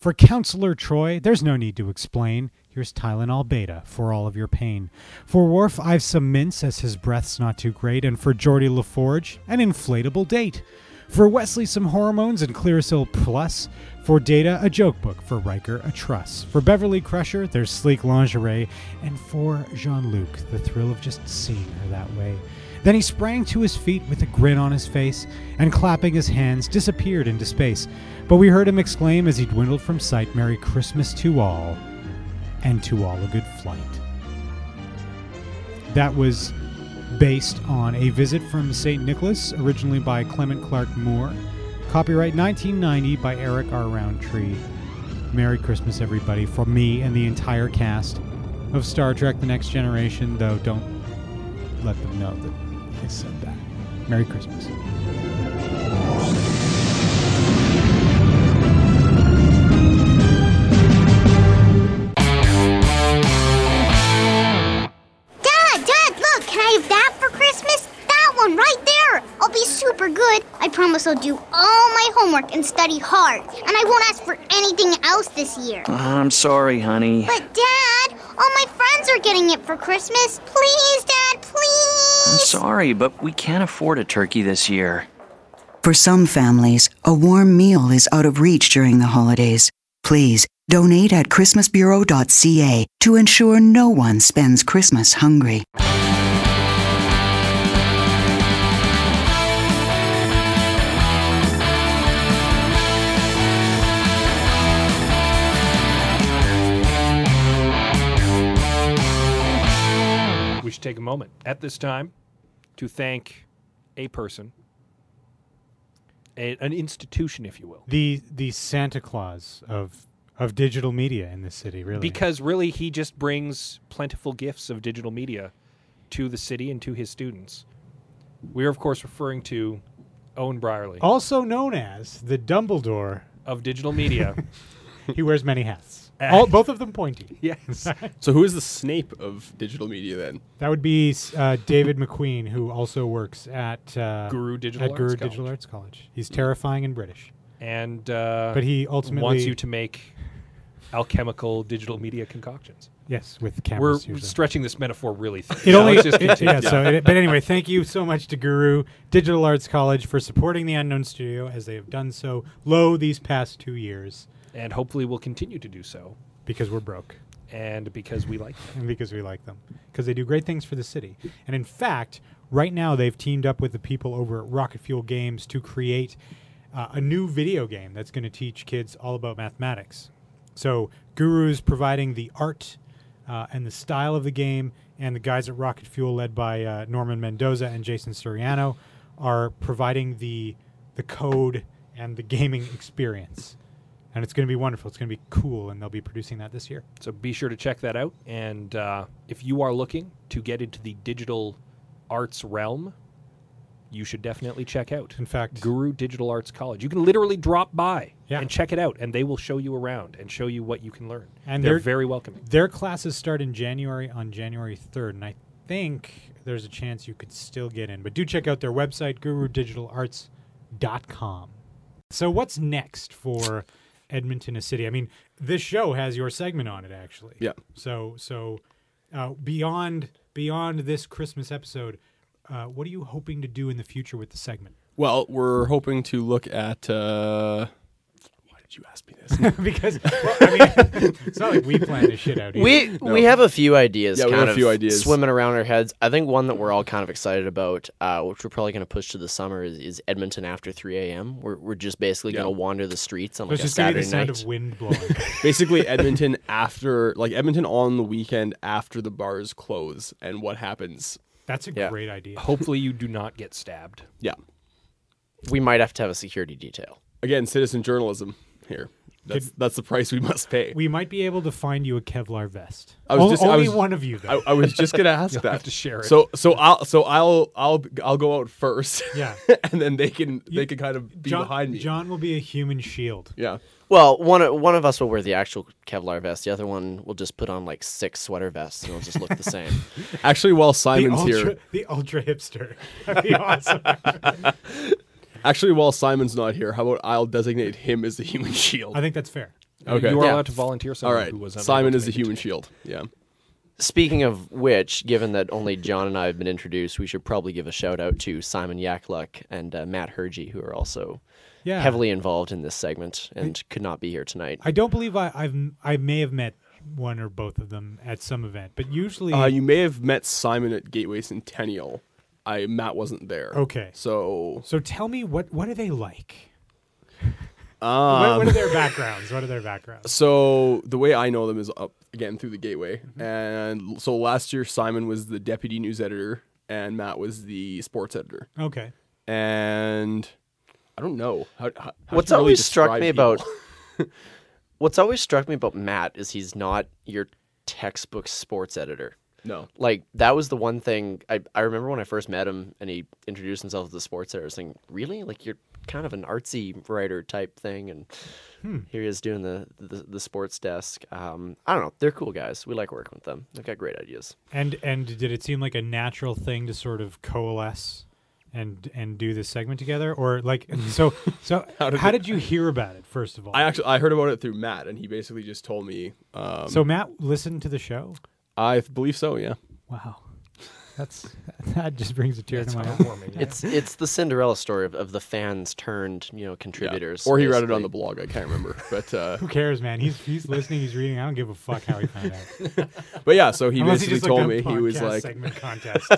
S1: For Counselor Troy, there's no need to explain. Here's Tylenol Beta for all of your pain. For Worf, I've some mints as his breath's not too great, and for Geordie LaForge, an inflatable date. For Wesley, some hormones and Clearasil Plus. For Data, a joke book. For Riker, a truss. For Beverly Crusher, there's sleek lingerie. And for Jean Luc, the thrill of just seeing her that way. Then he sprang to his feet with a grin on his face, and clapping his hands, disappeared into space. But we heard him exclaim as he dwindled from sight, Merry Christmas to all, and to all a good flight. That was based on a visit from St. Nicholas, originally by Clement Clark Moore. Copyright 1990 by Eric R. Roundtree. Merry Christmas, everybody, from me and the entire cast of Star Trek The Next Generation, though don't let them know that I said that. Merry Christmas.
S5: Dad, Dad, look, can I have that for Christmas? That one right there. I'll be super good. I promise I'll do all my homework and study hard. And I won't ask for anything else this year.
S6: I'm sorry, honey.
S5: But, Dad, all my friends are getting it for Christmas. Please, Dad,
S6: I'm
S5: please.
S6: sorry, but we can't afford a turkey this year.
S7: For some families, a warm meal is out of reach during the holidays. Please donate at christmasbureau.ca to ensure no one spends Christmas hungry.
S2: We should take a moment at this time to thank a person, a, an institution, if you will.
S1: The the Santa Claus of of digital media in this city, really.
S2: Because really, he just brings plentiful gifts of digital media to the city and to his students. We are, of course, referring to Owen Brierly
S1: also known as the Dumbledore,
S2: of digital media. Uh,
S1: he wears many hats. All, both of them pointy.
S2: yes.
S3: So who is the Snape of digital media then?
S1: That would be uh, David McQueen, who also works at uh,
S2: Guru Digital
S1: at
S2: Arts
S1: Guru
S2: College.
S1: Digital Arts College. He's terrifying and British,
S2: And uh,
S1: but he ultimately
S2: wants you to make alchemical digital media concoctions.
S1: Yes, with
S2: We're
S1: cameras. usually.
S2: stretching this metaphor really thin.
S1: It
S2: So
S1: only
S2: let's just
S1: it-
S2: continue.
S1: yeah. So, it, but anyway, thank you so much to Guru Digital Arts College for supporting the Unknown Studio as they have done so low these past two years
S2: and hopefully we'll continue to do so,
S1: because we're broke
S2: and because we like. Them.
S1: and because we like them because they do great things for the city. And in fact, right now they've teamed up with the people over at Rocket Fuel Games to create uh, a new video game that's going to teach kids all about mathematics. So Guru's providing the art uh, and the style of the game, and the guys at Rocket Fuel, led by uh, Norman Mendoza and Jason Suriano, are providing the the code and the gaming experience. And it's going to be wonderful. It's going to be cool, and they'll be producing that this year.
S2: So be sure to check that out. And uh, if you are looking to get into the digital arts realm, you should definitely check out
S1: In fact,
S2: Guru Digital Arts College. You can literally drop by
S1: Yeah.
S2: and check it out, and they will show you around and show you what you can learn.
S1: And
S2: they're
S1: they're-
S2: very welcoming.
S1: Their classes start in January on January 3rd, and I think there's a chance you could still get in. But do check out their website, gurudigitalarts.com. So, what's next for Edmonton, a city? I mean, this show has your segment on it, actually.
S3: Yeah.
S1: So, so uh, beyond beyond this Christmas episode, uh, what are you hoping to do in the future with the segment?
S3: Well, we're hoping to look at. Uh, why did you ask me this?
S1: because well, I mean, it's not like we plan this shit out. Here.
S4: We we have a few ideas
S3: Yeah, we
S4: kind
S3: have a
S4: of
S3: few ideas.
S4: swimming around our heads. I think one that we're all kind of excited about, uh, which we're probably going to push to the summer, is, is Edmonton after 3 a.m. We're, we're just basically
S3: Yeah.
S4: going to wander the streets on like
S1: There's
S4: a
S1: just gonna be
S4: Saturday
S1: the sound
S4: night.
S1: of wind blowing.
S3: Basically, Edmonton after, like Edmonton on the weekend after the bars close, and what happens?
S1: That's a
S4: Yeah.
S1: great idea.
S2: Hopefully, you do not get stabbed.
S3: Yeah.
S4: we might have to have a security detail.
S3: Again, citizen journalism here. That's that's the price we must pay.
S1: We might be able to find you a Kevlar vest.
S3: I was
S1: O-
S3: just- I
S1: only
S3: was-
S1: one of you, though.
S3: I, I was just gonna ask that.
S2: have to share it.
S3: So so I'll so I'll I'll I'll go out first.
S1: Yeah.
S3: and then they can they
S1: You-
S3: can kind of be
S1: John,
S3: behind me.
S1: John will be a human shield.
S3: Yeah.
S4: Well, one o- one of us will wear the actual Kevlar vest. The other one will just put on like six sweater vests and it'll just look the same.
S3: Actually, while
S1: The
S3: Simon's
S1: ultra,
S3: here,
S1: the ultra hipster. That'd be awesome.
S3: actually while Simon's not here, how about I'll designate him as the human shield?
S1: I think that's fair.
S3: Okay.
S2: You are
S4: Yeah.
S2: allowed to volunteer
S3: All
S2: someone
S3: right.
S2: who was unable
S3: Simon
S2: to
S3: is the
S2: make it
S3: human
S2: today.
S3: shield. Yeah.
S4: Speaking of which, given that only John and I have been introduced, we should probably give a shout out to Simon Yakluck and uh, Matt Hergy, who are also
S1: Yeah.
S4: heavily involved in this segment and could not be here tonight.
S1: I don't believe I, I've I may have met one or both of them at some event, but usually
S3: Uh, you may have met Simon at Gateway Centennial. I Matt wasn't there.
S1: Okay.
S3: So
S1: So tell me what what are they like?
S3: Uh, Um,
S1: what, what are their backgrounds? What are their backgrounds?
S3: So the way I know them is up again through the gateway.
S1: Mm-hmm.
S3: And so last year Simon was the deputy news editor and Matt was the sports editor.
S1: Okay.
S3: And I don't know how, how, how
S4: What's
S3: do you really
S4: always struck
S3: describe
S4: me
S3: people?
S4: about what's always struck me about Matt is he's not your textbook sports editor.
S3: No.
S4: Like that was the one thing I, I remember when I first met him and he introduced himself as the sports editor. I was thinking, really? Like you're kind of an artsy writer type thing, and
S3: Hmm.
S4: here he is doing the the, the sports desk. Um, I don't know. They're cool guys. We like working with them. They've got great ideas.
S1: And and did it seem like a natural thing to sort of coalesce and and do this segment together, or like so so? how did, you hear about it first of all?
S3: I actually I heard about it through Matt and he basically just told me um,
S1: so Matt listened to the show.
S3: I believe so, yeah.
S1: Wow, that's that just brings a tear
S2: That's
S1: to
S3: Oh,
S1: my eye.
S2: heartwarming. yeah.
S4: It's it's the Cinderella story of, of the fans turned you know contributors.
S3: Or he read it
S4: basically.
S3: on the blog, I can't remember. But uh,
S1: Who cares, man? He's he's listening. He's reading. I don't give a fuck how he found out.
S3: but yeah, so he
S1: Unless he
S3: basically
S1: just
S3: told
S1: looked
S3: me
S1: up
S3: he was
S1: podcast
S3: like
S1: segment contest.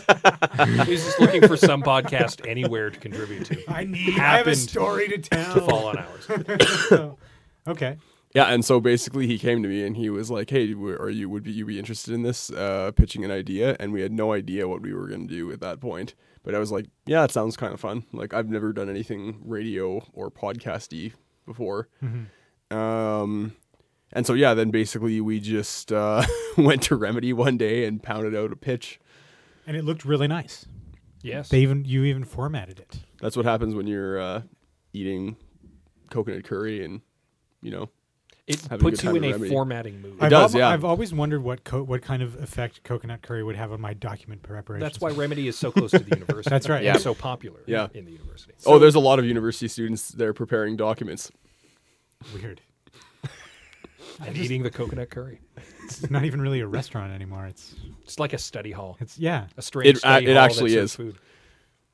S2: He's just looking for some podcast anywhere to contribute to.
S1: I need. I have a
S2: Happened
S1: story to
S2: to
S1: tell.
S2: fall on ours.
S1: Okay.
S3: Yeah, and so basically he came to me and he was like, "Hey, w- are you would be, you be interested in this uh, pitching an idea?" And we had no idea what we were going to do at that point. But I was like, "Yeah, it sounds kind of fun. Like I've never done anything radio or podcasty before."
S2: Mm-hmm.
S3: Um, and so yeah, then basically we just uh, went to Remedy one day and pounded out a pitch.
S1: And it looked really nice.
S2: Yes.
S1: They even you even formatted it.
S3: That's what happens when you're uh, eating coconut curry and you know
S2: it
S3: having a
S2: puts
S3: good
S2: you in
S3: time at
S2: a
S3: Remedy.
S2: formatting mood.
S1: I've
S3: does,
S1: al-
S3: yeah.
S1: I've always wondered what co- what kind of effect coconut curry would have on my document preparation.
S2: That's why Remedy is so close to the university.
S1: That's right.
S2: Yeah.
S4: Yeah.
S2: So popular
S3: Yeah.
S2: in the university.
S3: oh, there's a lot of university students there preparing documents.
S1: weird.
S2: and eating the coconut curry.
S1: It's not even really a restaurant anymore. It's
S2: It's like a study hall.
S1: it's yeah.
S2: A strange
S3: It- uh,
S2: study
S3: it
S2: hall
S3: actually
S2: that serves
S3: is.
S2: Food.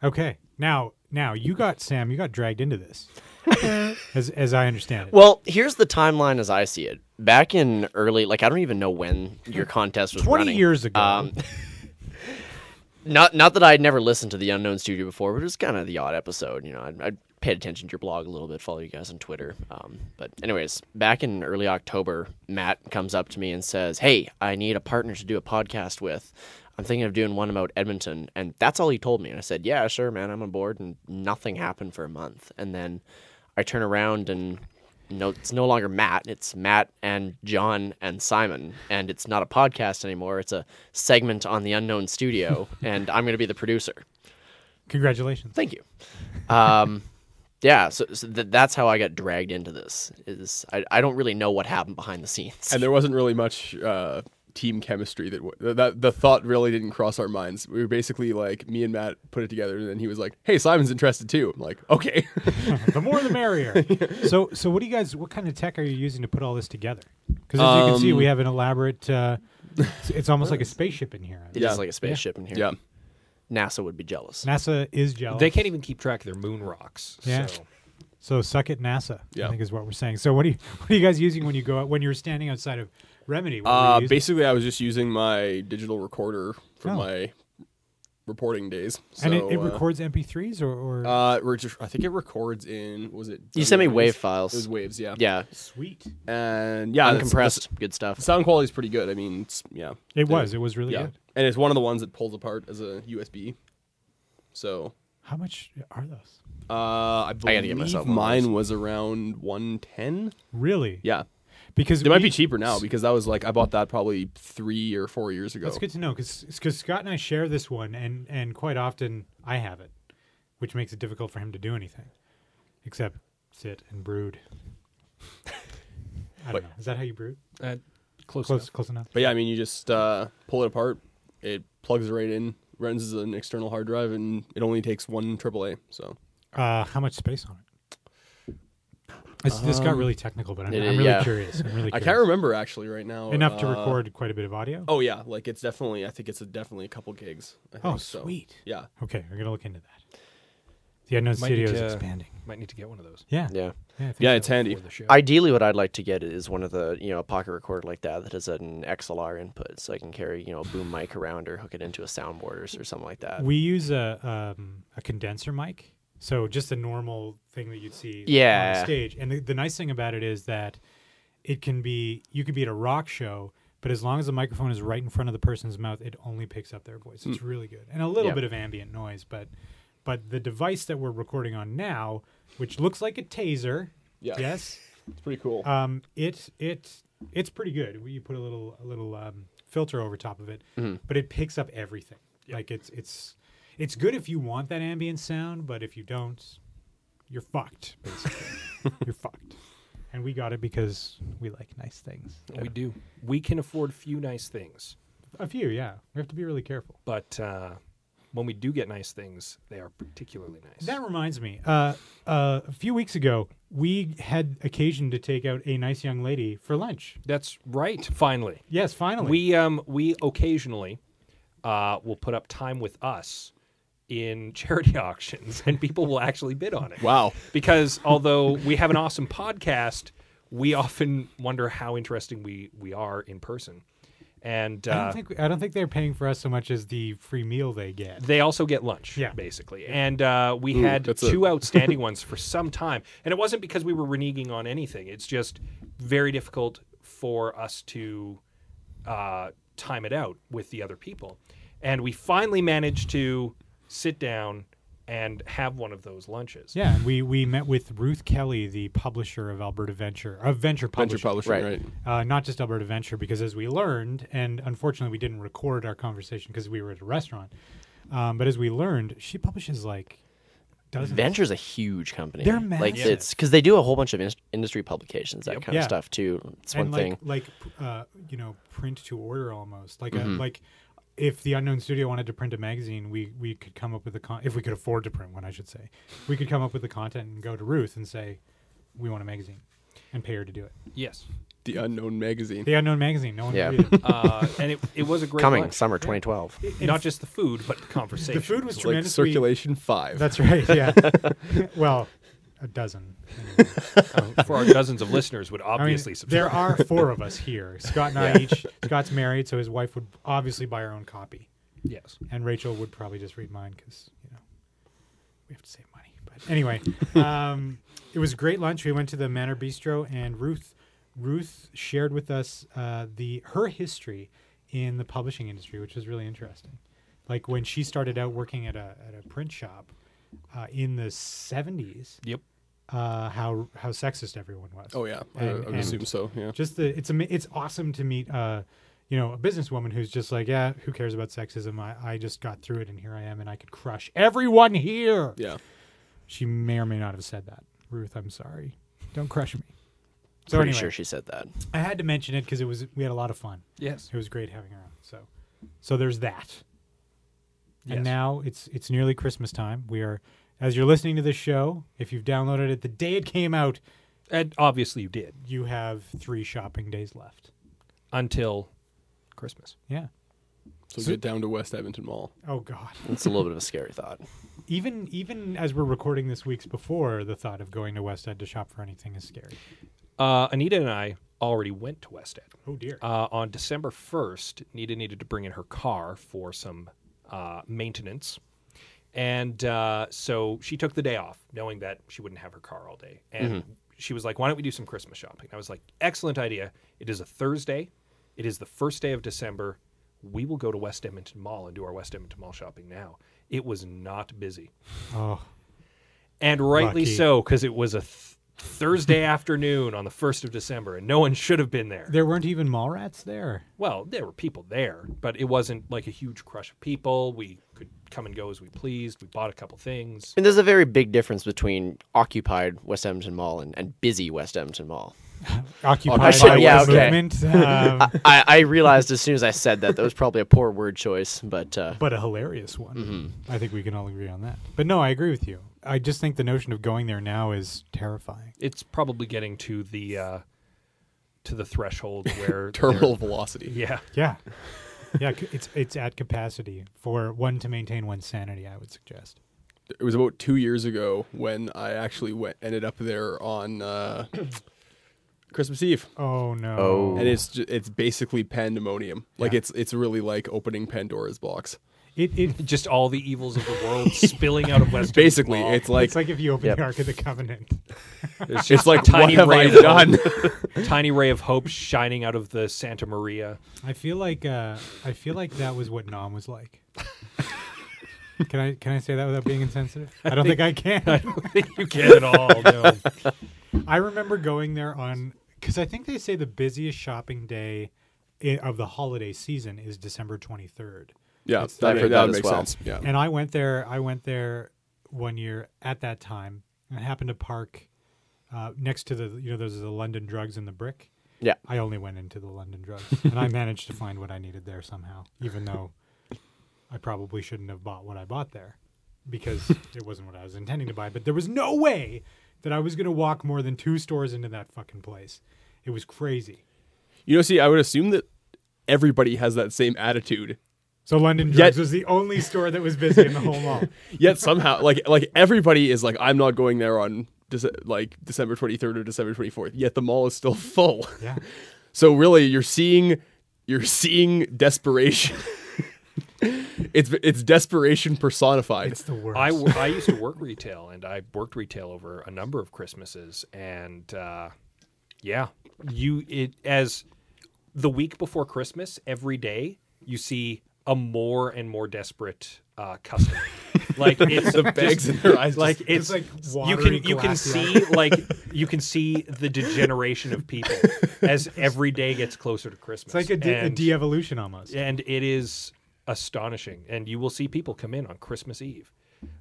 S1: Okay. Now now you got Sam, you got dragged into this. as as I understand it.
S4: Well, here's the timeline as I see it. Back in early, like I don't even know when your contest was
S1: 20
S4: running. Um,
S1: years ago.
S4: not not that I'd never listened to the Unknown Studio before, but it was kind of the odd episode. You know, I, I paid attention to your blog a little bit, follow you guys on Twitter. Um, but anyways, back in early October, Matt comes up to me and says, "Hey, I need a partner to do a podcast with." I'm thinking of doing one about Edmonton, and that's all he told me. And I said, "Yeah, sure, man, I'm on board." And nothing happened for a month, and then I turn around and no, it's no longer Matt. It's Matt and John and Simon, and it's not a podcast anymore. It's a segment on the Unknown Studio, and I'm going to be the producer.
S1: Congratulations.
S4: Thank you. Um, yeah, so, so th- that's how I got dragged into this. Is I, I don't really know what happened behind the scenes.
S3: and there wasn't really much uh, team chemistry that, w- that the thought really didn't cross our minds. We were basically like me and Matt put it together, and then he was like, "Hey, Simon's interested too." I'm like, "Okay."
S1: the more the merrier. So, so what do you guys? What kind of tech are you using to put all this together? Because as you can see,
S3: Um,
S1: we have an elaborate. Uh, it's, it's almost like a spaceship in here.
S4: It's
S3: Yeah.
S4: just like a spaceship in here.
S3: yeah,
S4: NASA would be jealous.
S1: NASA is jealous.
S2: They can't even keep track of their moon rocks.
S1: Yeah.
S2: So.
S1: So suck it, NASA. I
S3: Yeah.
S1: think is what we're saying. So what are you? What are you guys using when you go out? When you're standing outside of Remedy? What were you
S3: uh,
S1: using?
S3: basically, I was just using my digital recorder from
S1: Oh.
S3: my reporting days. So,
S1: and it, it
S3: uh,
S1: records MP3s or, or
S3: Uh, re- just- I think it records in was it?
S4: You sent me
S3: waves?
S4: wave files.
S3: It was waves, yeah.
S4: yeah,
S1: sweet.
S3: and yeah, that's- that's-
S4: uncompressed. Good
S3: The
S4: stuff.
S3: sound quality's pretty good. I mean, it's, yeah,
S1: It was. It was really
S3: yeah,
S1: good.
S3: and it's one of the ones that pulls apart as a USB. So
S1: How much are those?
S3: uh, I believe
S4: gotta get myself one of
S3: mine was around one ten.
S1: Really?
S3: Yeah,
S1: Because
S3: they might
S1: we-
S3: be cheaper now because that was like I bought that probably three or four years ago.
S1: That's good to know because Scott and I share this one, and and quite often I have it, which makes it difficult for him to do anything except sit and brood. I don't know. Is that how you brood?
S2: Uh, close,
S1: Close,
S2: enough.
S1: close enough.
S3: But yeah, I mean, you just uh, pull it apart, it plugs right in, runs as an external hard drive, and it only takes one AAA. So
S1: Uh, how much space on it? It's, this
S2: Um,
S1: got really technical, but I'm,
S4: it-
S1: I'm really
S4: yeah.
S1: curious. I'm really
S3: I
S1: curious.
S3: can't remember actually right now
S1: enough to
S3: uh,
S1: record quite a bit of audio.
S3: Oh yeah, like it's definitely. I think it's a, definitely a couple gigs. I
S1: Oh,
S3: think, so.
S1: sweet.
S3: Yeah,
S1: Okay, we're gonna look into that. The unknown
S2: Might
S1: studio
S2: need
S1: is
S2: to- uh,
S1: expanding.
S2: Might need to get one of those.
S1: Yeah,
S4: Yeah.
S1: yeah. I think
S3: yeah,
S1: so.
S3: it's handy.
S2: for the show.
S4: Ideally, what I'd like to get is one of the you know a pocket recorder like that that has an XLR input, so I can carry you know a boom mic around or hook it into a soundboard or, or something like that.
S1: We use a um, a condenser mic, so just a normal thing that you'd see on
S4: Yeah.
S1: stage. And the, the nice thing about it is that it can be you could be at a rock show, but as long as the microphone is right in front of the person's mouth, it only picks up their voice. It's
S3: Mm.
S1: really good, and a little
S4: Yeah.
S1: bit of ambient noise, but but the device that we're recording on now, which looks like a taser,
S3: Yeah.
S1: yes,
S3: It's pretty cool.
S1: um, it it it's pretty good. You put a little a little um, filter over top of it, but it picks up everything. Like it's it's it's good if you want that ambient sound, but if you don't, you're fucked. Basically, you're fucked. And we got it because we like nice things.
S2: we do. We can afford few nice things,
S1: A few, yeah. We have to be really careful.
S2: but uh, when we do get nice things, they are particularly nice.
S1: That reminds me. Uh, uh, a few weeks ago, we had occasion to take out a nice young lady for lunch.
S2: That's right. Finally,
S1: Yes, finally.
S2: we um we occasionally uh, will put up time with us in charity auctions, and people will actually bid on it.
S3: wow.
S2: because although we have an awesome podcast, we often wonder how interesting we we are in person, and
S1: I don't
S2: uh,
S1: think I don't think they're paying for us so much as the free meal they get.
S2: they also get lunch,
S1: Yeah.
S2: basically. And uh, we had
S3: that's a-
S2: two outstanding ones for some time, and it wasn't because we were reneging on anything. It's just very difficult for us to uh, time it out with the other people, and we finally managed to sit down and have one of those lunches.
S1: Yeah, and we we met with Ruth Kelly, the publisher of Alberta Venture, of Venture Publishing.
S3: Venture publishing,
S4: Right.
S3: right?
S1: Uh, not just Alberta Venture, because as we learned, and unfortunately we didn't record our conversation because we were at a restaurant. Um, but as we learned, she publishes like dozens.
S4: Venture's a huge company.
S1: They're
S4: Like
S1: massive.
S4: it's because they do a whole bunch of in- industry publications, that kind
S1: Yeah.
S4: of stuff too. It's one
S1: and
S4: thing.
S1: like like uh, you know print to order almost like
S4: Mm-hmm.
S1: a, like if the unknown studio wanted to print a magazine we we could come up with the con- if we could afford to print one i should say we could come up with the content and go to ruth and say we want a magazine and pay her to do it
S2: Yes.
S3: the Unknown magazine.
S1: The Unknown Magazine. No one
S4: Yeah.
S1: yeah. read it.
S2: uh, and it, it was a great
S4: Coming
S2: lunch.
S4: summer 2012.
S2: Not just the food, but the conversation.
S1: The food was
S3: It's like
S1: tremendously.
S3: Circulation Five.
S1: That's right. Yeah. well, a dozen.
S2: Uh, for our dozens of listeners would
S1: I mean,
S2: obviously subscribe.
S1: there are four of us here. Scott and I each. Scott's married, so his wife would obviously buy her own copy,
S2: yes.
S1: and Rachel would probably just read mine because you know we have to save money. But anyway, um, it was a great lunch. We went to the Manor Bistro, and Ruth Ruth shared with us uh, the her history in the publishing industry, which was really interesting. Like when she started out working at a at a print shop uh, in the seventies,
S2: Yep.
S1: uh, how how sexist everyone was.
S3: Oh yeah, I, I
S1: And-
S3: would
S1: and-
S3: assume so. Yeah.
S1: just the it's ama- it's awesome to meet uh you know a businesswoman who's just like yeah who cares about sexism I, I just got through it and here i am and i could crush everyone here
S3: Yeah.
S1: she may or may not have said that ruth i'm sorry don't crush me so
S4: Pretty
S1: anyway
S4: sure she said that.
S1: i had to mention it because it was we had a lot of fun
S2: Yes.
S1: it was great having her on so so there's that
S2: Yes.
S1: and now it's it's nearly christmas time we are as you're listening to this show if you've downloaded it the day it came out
S2: And obviously you did
S1: you have three shopping days left
S2: until Christmas.
S1: yeah
S3: So get down to West Edmonton Mall.
S1: oh god
S4: It's a little bit of a scary thought.
S1: even even as we're recording this week's before, the thought of going to West Ed to shop for anything is scary.
S2: Uh, Anita and I already went to West End.
S1: Oh dear.
S2: Uh, on December 1st, Nita needed to bring in her car for some uh, maintenance. And uh, so she took the day off, knowing that she wouldn't have her car all day. And she was like, Why don't we do some Christmas shopping? And I was like, Excellent idea. It is a Thursday. It is the first day of December. We will go to West Edmonton Mall and do our West Edmonton Mall shopping now. It was not busy.
S1: oh,
S2: And rightly
S1: Lucky.
S2: so, because it was a th- Thursday afternoon on the 1st of December, and no one should have been there.
S1: there weren't even mall rats there.
S2: Well, there were people there, but it wasn't like a huge crush of people. We could come and go as we pleased. We bought a couple things.
S4: I mean, there's a very big difference between occupied West Edmonton Mall and, and busy West Edmonton Mall. Oh,
S1: Occupied
S4: I
S1: by
S4: see. Yeah,
S1: the
S4: okay.
S1: movement, um,
S4: I, I realized as soon as I said that that was probably a poor word choice, but uh, Mm-hmm.
S1: but a hilarious one. I think we can all agree on that. But no, I agree with you. I just think the notion of going there now is terrifying.
S2: It's probably getting to the uh, to the threshold where
S3: Terminal velocity.
S2: they're- Yeah,
S1: Yeah, yeah, c- it's it's at capacity for one to maintain one's sanity. I would suggest.
S3: It was about two years ago when I actually went ended up there on uh, Christmas Eve.
S1: Oh no.
S4: Oh.
S3: And it's ju- it's basically pandemonium. Like it's it's really like opening Pandora's box.
S1: It, it
S2: just all the evils of the world spilling out of West.
S3: Basically,
S2: Mall.
S3: it's like
S1: it's like if you open
S4: Yep.
S1: the Ark of the Covenant.
S2: There's just
S3: it's like what
S2: tiny
S3: have I
S2: ray of
S3: done?
S2: a tiny ray of hope shining out of the Santa Maria.
S1: I feel like uh, I feel like that was what Nam was like. can I can I say that without being insensitive? I don't think, I can.
S2: you get it all. No.
S1: I remember going there on because I think they say the busiest shopping day i of the holiday season is December twenty third,
S3: yeah, that,
S4: I've heard that
S3: that makes
S4: as well.
S3: sense. Yeah.
S1: and I went there. I went there one year at that time. And I happened to park uh, next to the you know those are the London Drugs and the Brick.
S4: yeah,
S1: I only went into the London drugs, and I managed to find what I needed there somehow, even though I probably shouldn't have bought what I bought there because it wasn't what I was intending to buy. But there was no way that I was going to walk more than two stores into that fucking place. It was crazy.
S3: You know, see, I would assume that everybody has that same attitude.
S1: So London
S3: Yet-
S1: Drugs was the only store that was busy in the whole mall.
S3: Yet somehow, like like everybody is like, I'm not going there on Dece- like December 23rd or December 24th. Yet the mall is still full.
S1: Yeah.
S3: So really, you're seeing you're seeing desperation. it's it's desperation personified.
S1: It's the worst.
S2: I, w- I used to work retail and I worked retail over a number of Christmases and uh, yeah you it as the week before Christmas every day you see a more and more desperate uh, customer like it's the
S3: bags in their eyes just-
S2: like it's
S1: It's like
S2: you
S1: watery,
S2: can you can
S1: glassy
S2: see like you can see the degeneration of people as every day gets closer to Christmas
S1: it's like a de- a
S2: And-
S1: de evolution almost.
S2: and it is astonishing. And you will see people come in on Christmas Eve,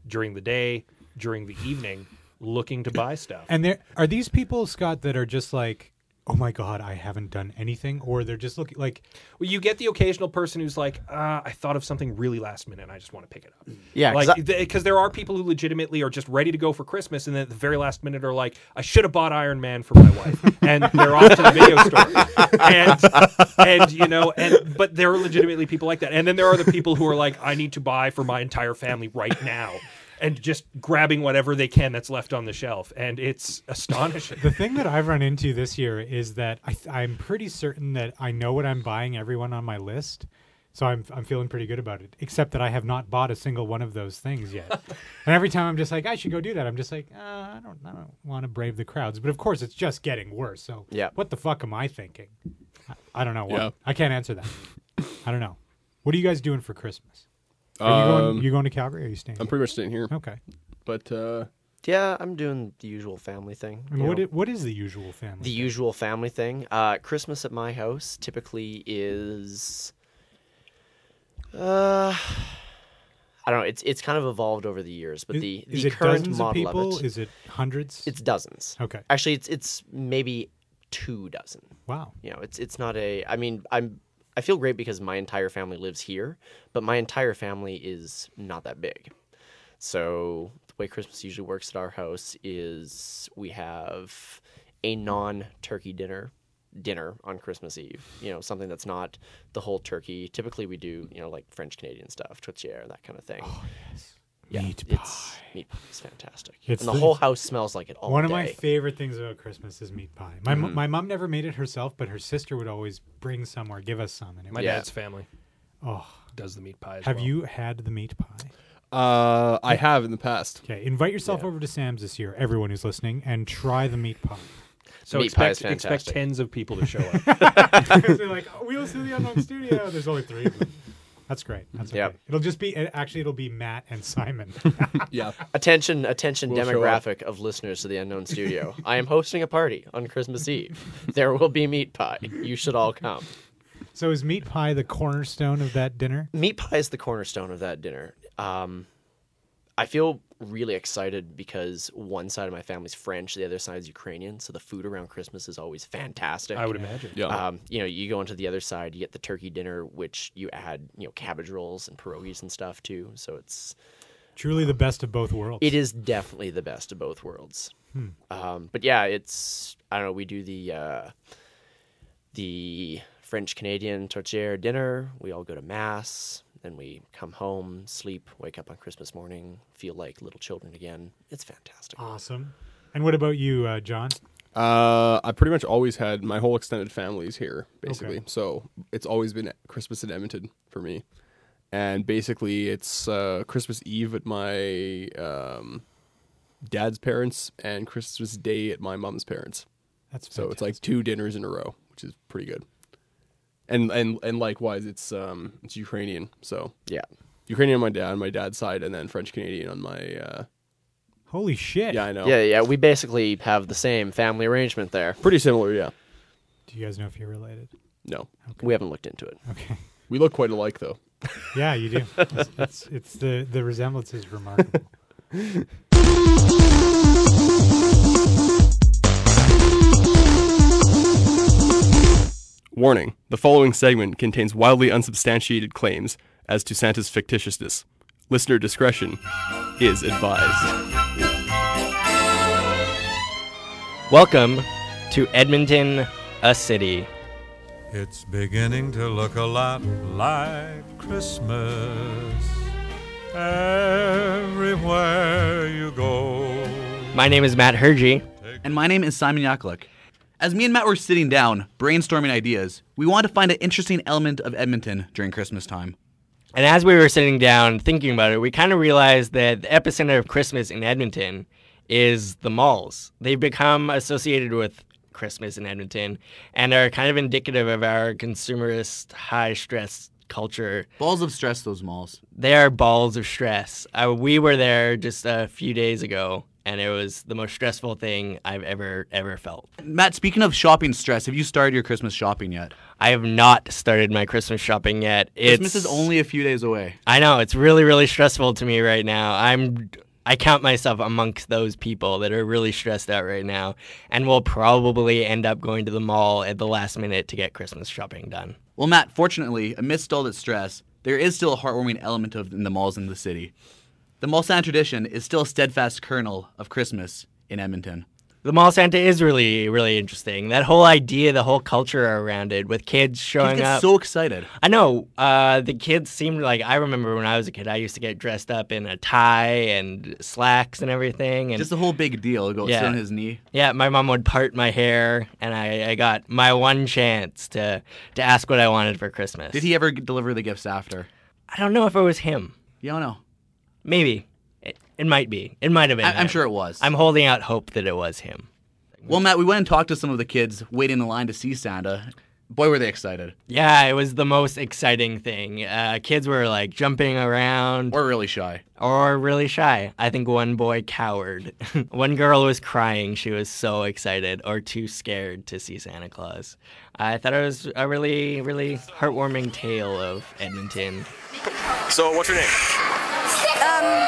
S2: during the day, during the evening, looking to buy stuff.
S1: And there are these people, Scott, that are just like oh my god, I haven't done anything, or they're just looking like
S2: Well, you get the occasional person who's like, uh, I thought of something really last minute and I just want to pick it up.
S4: Yeah, 'cause
S2: Like, because there are people who legitimately are just ready to go for Christmas and then at the very last minute are like, I should have bought Iron Man for my wife. and they're off to the video store. And, and, you know, and, but there are legitimately people like that. And then there are the people who are like, I need to buy for my entire family right now. And just grabbing whatever they can that's left on the shelf. And it's astonishing.
S1: The thing that I've run into this year is that I th- I'm pretty certain that I know what I'm buying everyone on my list. So I'm, I'm feeling pretty good about it, except that I have not bought a single one of those things yet. and every time I'm just like, I should go do that. I'm just like, uh, I don't, I don't want to brave the crowds. But of course, it's just getting worse. So
S4: Yeah.
S1: what the fuck am I thinking? I, I don't know. What,
S3: Yeah.
S1: I can't answer that. I don't know. What are you guys doing for Christmas? Are you going,
S3: Um,
S1: you going to Calgary? Or are you staying?
S3: I'm
S1: here?
S3: pretty much staying here,
S1: okay.
S3: but uh,
S4: Yeah, I'm doing the usual family thing.
S1: And
S4: you
S1: what
S4: know.
S1: i- what is the usual family?
S4: the usual family thing. Uh, Christmas at my house typically is, uh, I don't know. It's it's kind of evolved over the years, but
S1: Is-
S4: the
S1: is
S4: the
S1: it
S4: current
S1: dozens
S4: model
S1: of people?
S4: of
S1: Is
S4: it,
S1: it hundreds?
S4: it's dozens.
S1: Okay.
S4: Actually, it's it's maybe two dozen.
S1: wow.
S4: You know, it's it's not a. I mean, I'm I feel great because my entire family lives here, but my entire family is not that big. So the way Christmas usually works at our house is we have a non-turkey dinner dinner on Christmas Eve. You know, something that's not the whole turkey. Typically, we do you know like French Canadian stuff, twitiere, that kind of thing. Yeah,
S1: Oh, Meat
S4: it's meat pie is fantastic,
S1: It's
S4: and the
S1: the-
S4: whole house smells like it all
S1: One
S4: day. Mm-hmm.
S1: of my favorite things about Christmas is meat pie. My mo- my mom never made it herself, but her sister would always bring some or give us some. And it
S2: My
S1: was,
S4: Yeah.
S2: dad's family
S1: oh,
S2: does the meat pie as
S1: have
S2: well.
S1: you had the meat pie?
S3: uh, I have in the past.
S1: Okay, invite yourself over to Sam's this year, everyone who's listening, and try the meat pie.
S2: So
S4: Meat pie is
S2: expect, expect
S4: fantastic.
S2: tens of people to show up.
S1: They're like, oh, we also do the Unknown Studio. There's only three of them. That's great. That's okay.
S4: Yep.
S1: It'll just be uh, actually it'll be Matt and Simon.
S3: Yeah,
S4: Attention, attention
S3: We'll show up.
S4: demographic of listeners to the Unknown Studio. I am hosting a party on Christmas Eve. There will be meat pie. You should all come.
S1: so is meat pie the cornerstone of that dinner?
S4: Meat pie is the cornerstone of that dinner. Um, I feel really excited because one side of my family's French, the other side is Ukrainian, so the food around Christmas is always fantastic.
S2: I would imagine.
S3: yeah.
S4: Um, you know, you go into the other side, you get the turkey dinner, which you add, you know, cabbage rolls and pierogies and stuff too. So it's
S1: Truly the best of both worlds.
S4: It is definitely the best of both worlds.
S3: Hmm.
S4: Um, but yeah, it's I don't know. We do the uh, the French Canadian tortillere dinner. We all go to mass, then we come home, sleep, wake up on Christmas morning, feel like little children again. It's fantastic.
S1: awesome. And what about you, uh, John?
S3: Uh, I pretty much always had my whole extended family's here, basically. So it's always been Christmas in Edmonton for me, and basically it's uh, Christmas Eve at my um, dad's parents and Christmas Day at my mom's parents.
S1: That's
S3: So
S1: fantastic.
S3: it's like two dinners in a row, which is pretty good. And and and likewise, it's um it's Ukrainian. So
S4: Yeah,
S3: Ukrainian on my dad, on my dad's side, and then French Canadian on my uh,
S1: holy shit.
S3: yeah, I know,
S4: yeah, yeah. We basically have the same family arrangement there.
S3: pretty similar. Yeah,
S1: Do you guys know if you're related?
S3: no,
S4: We haven't looked into it.
S1: Okay.
S3: we look quite alike though.
S1: Yeah, you do. It's, it's, it's the the resemblance is remarkable.
S3: Warning the following segment contains wildly unsubstantiated claims as to Santa's fictitiousness. Listener discretion is advised.
S8: Welcome to Edmonton, a city.
S9: It's beginning to look a lot like Christmas everywhere you go.
S8: My name is Matt Hergy.
S10: And my name is Simon Yaklik. As me and Matt were sitting down, brainstorming ideas, we wanted to find an interesting element of Edmonton during Christmas time.
S8: And as we were sitting down thinking about it, we kind of realized that the epicenter of Christmas in Edmonton is the malls. They've become associated with Christmas in Edmonton and are kind of indicative of our consumerist, high stress culture.
S10: Balls of stress, those malls.
S8: They are balls of stress. Uh, we were there just a few days ago, and it was the most stressful thing I've ever, ever felt.
S10: Matt, speaking of shopping stress, have you started your Christmas shopping yet?
S8: I have not started my Christmas shopping yet. It's,
S10: Christmas is only a few days away.
S8: I know it's really really stressful to me right now. I'm I count myself amongst those people that are really stressed out right now and will probably end up going to the mall at the last minute to get Christmas shopping done.
S10: Well, Matt, fortunately, amidst all this stress, there is still a heartwarming element of in the malls in the city. The mall Santa tradition is still a steadfast kernel of Christmas in Edmonton.
S8: The mall Santa is really, really interesting. That whole idea, the whole culture around it, with kids showing
S10: Kids get
S8: up.
S10: so excited.
S8: I know. Uh, the kids seemed like I remember when I was a kid. I used to get dressed up in a tie and slacks and everything. And
S10: Just the whole big deal. Go sit
S8: Yeah.
S10: on his knee.
S8: yeah, my mom would part my hair, and I, I got my one chance to to ask what I wanted for Christmas.
S10: Did he ever g- deliver the gifts after?
S8: I don't know if it was him.
S10: You don't know.
S8: Maybe it, it might be. It might have been.
S10: I- I'm
S8: him.
S10: sure it was.
S8: I'm holding out hope that it was him.
S10: well, Matt, we went and talked to some of the kids waiting in line to see Santa. Boy, were they excited.
S8: Yeah, it was the most exciting thing. Uh, kids were like jumping around or,
S10: Or really shy.
S8: really shy. I think one boy cowered. one girl was crying. She was so excited or too scared to see Santa Claus. I thought it was a really, really heartwarming tale of Edmonton.
S3: So, what's your name?
S11: Um,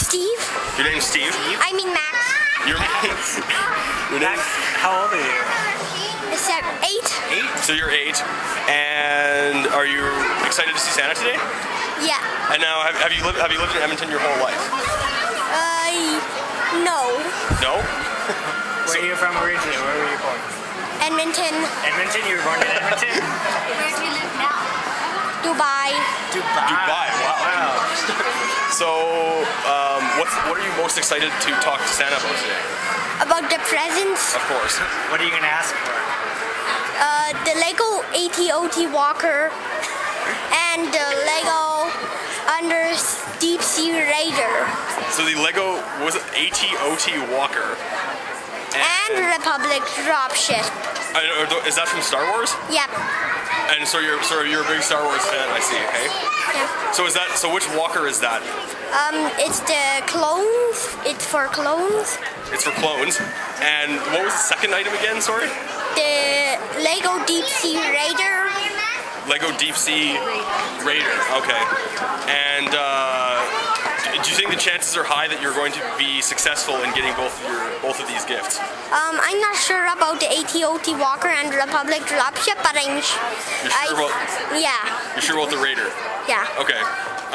S11: Steve?
S3: Your name's Steve.
S11: I mean Max.
S3: Your name. Your name.
S4: How old are you?
S11: Is that eight?
S3: Eight. So you're eight, and are you excited to see Santa today?
S11: Yeah.
S3: And now, have, have you lived have you lived in Edmonton your whole life?
S11: Uh, no.
S3: No.
S4: Where are you from originally? Where were you born?
S11: Edmonton.
S4: Edmonton? You were born in Edmonton?
S11: Where do you live now? Dubai.
S4: Dubai.
S3: Dubai. Wow. So, um, what's, what are you most excited to talk to Santa about today?
S11: About the presents.
S3: Of course.
S4: What are you going to ask for?
S11: Uh, the Lego ATOT walker. And the Lego under deep sea raider.
S3: So the Lego was it ATOT Walker.
S11: And Republic dropship.
S3: I don't know, uh, Is that from Star Wars?
S11: Yep.
S3: And so you're so you're a big Star Wars fan, I see. Okay. So is that so? Which Walker is that?
S11: Um, it's the clones. It's for clones.
S3: It's for clones. And what was the second item again? Sorry.
S11: The Lego Deep Sea Raider.
S3: Lego Deep Sea Raider. Okay. And uh, d- do you think the chances are high that you're going to be successful in getting both of your both of these gifts?
S11: Um, I'm not sure about the ATOT Walker and Republic dropship, but I'm. Sh-
S3: You're
S11: I,
S3: sure about-
S11: yeah,
S3: You're sure about the Raider?
S11: yeah,
S3: Okay.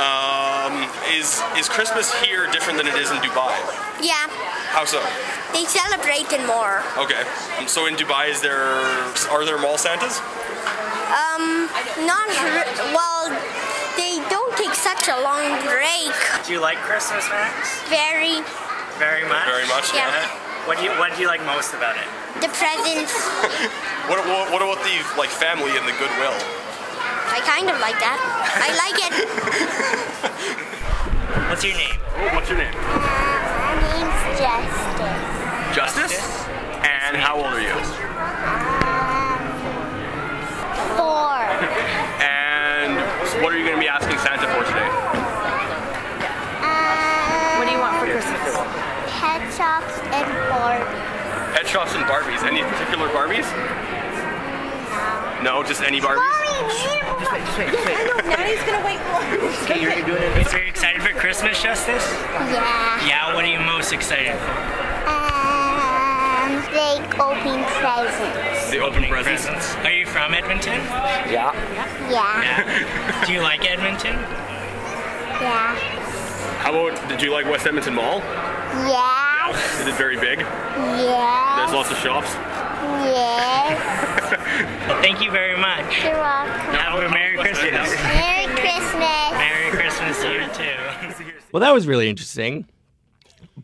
S3: Um, is is Christmas here different than it is in Dubai?
S11: yeah.
S3: How so?
S11: They celebrate it more.
S3: Okay. So in Dubai, is there are there mall Santas?
S11: Um, not r- well. They don't take such a long break.
S4: Do you like Christmas, Max?
S11: Very
S4: Very much.
S3: Very much, Yeah. yeah.
S4: What do you What do you like most about it?
S11: the presents.
S3: What, what, what about the like family and the goodwill?
S11: I kind of like that. I like it.
S4: What's your name?
S3: What's your name?
S5: Name's Justice.
S3: Justice. And how old are you?
S5: Four.
S3: And what are you going to be asking Santa for today?
S5: what do you want for Christmas? Pet shops and Barbie.
S3: Pet shops and Barbies. Any particular Barbies? No, just any Barbies.
S5: Now he's gonna wait one.
S4: Okay, you're, doing it. So you're excited for Christmas, Justice?
S5: Yeah.
S4: Yeah. What are you most excited for?
S5: Um, they open presents.
S3: The open presents.
S4: Are you from Edmonton?
S5: Yeah.
S4: Yeah. do you like Edmonton?
S5: Yeah.
S3: How about did you like West Edmonton Mall?
S5: Yeah.
S3: Is it very big? There's
S5: Yeah.
S3: lots of shops.
S5: Yes.
S4: Well, thank you very much.
S5: You're welcome.
S4: Have a Merry Christmas.
S5: Merry Christmas.
S4: Merry Christmas to you too.
S8: Well, that was really interesting.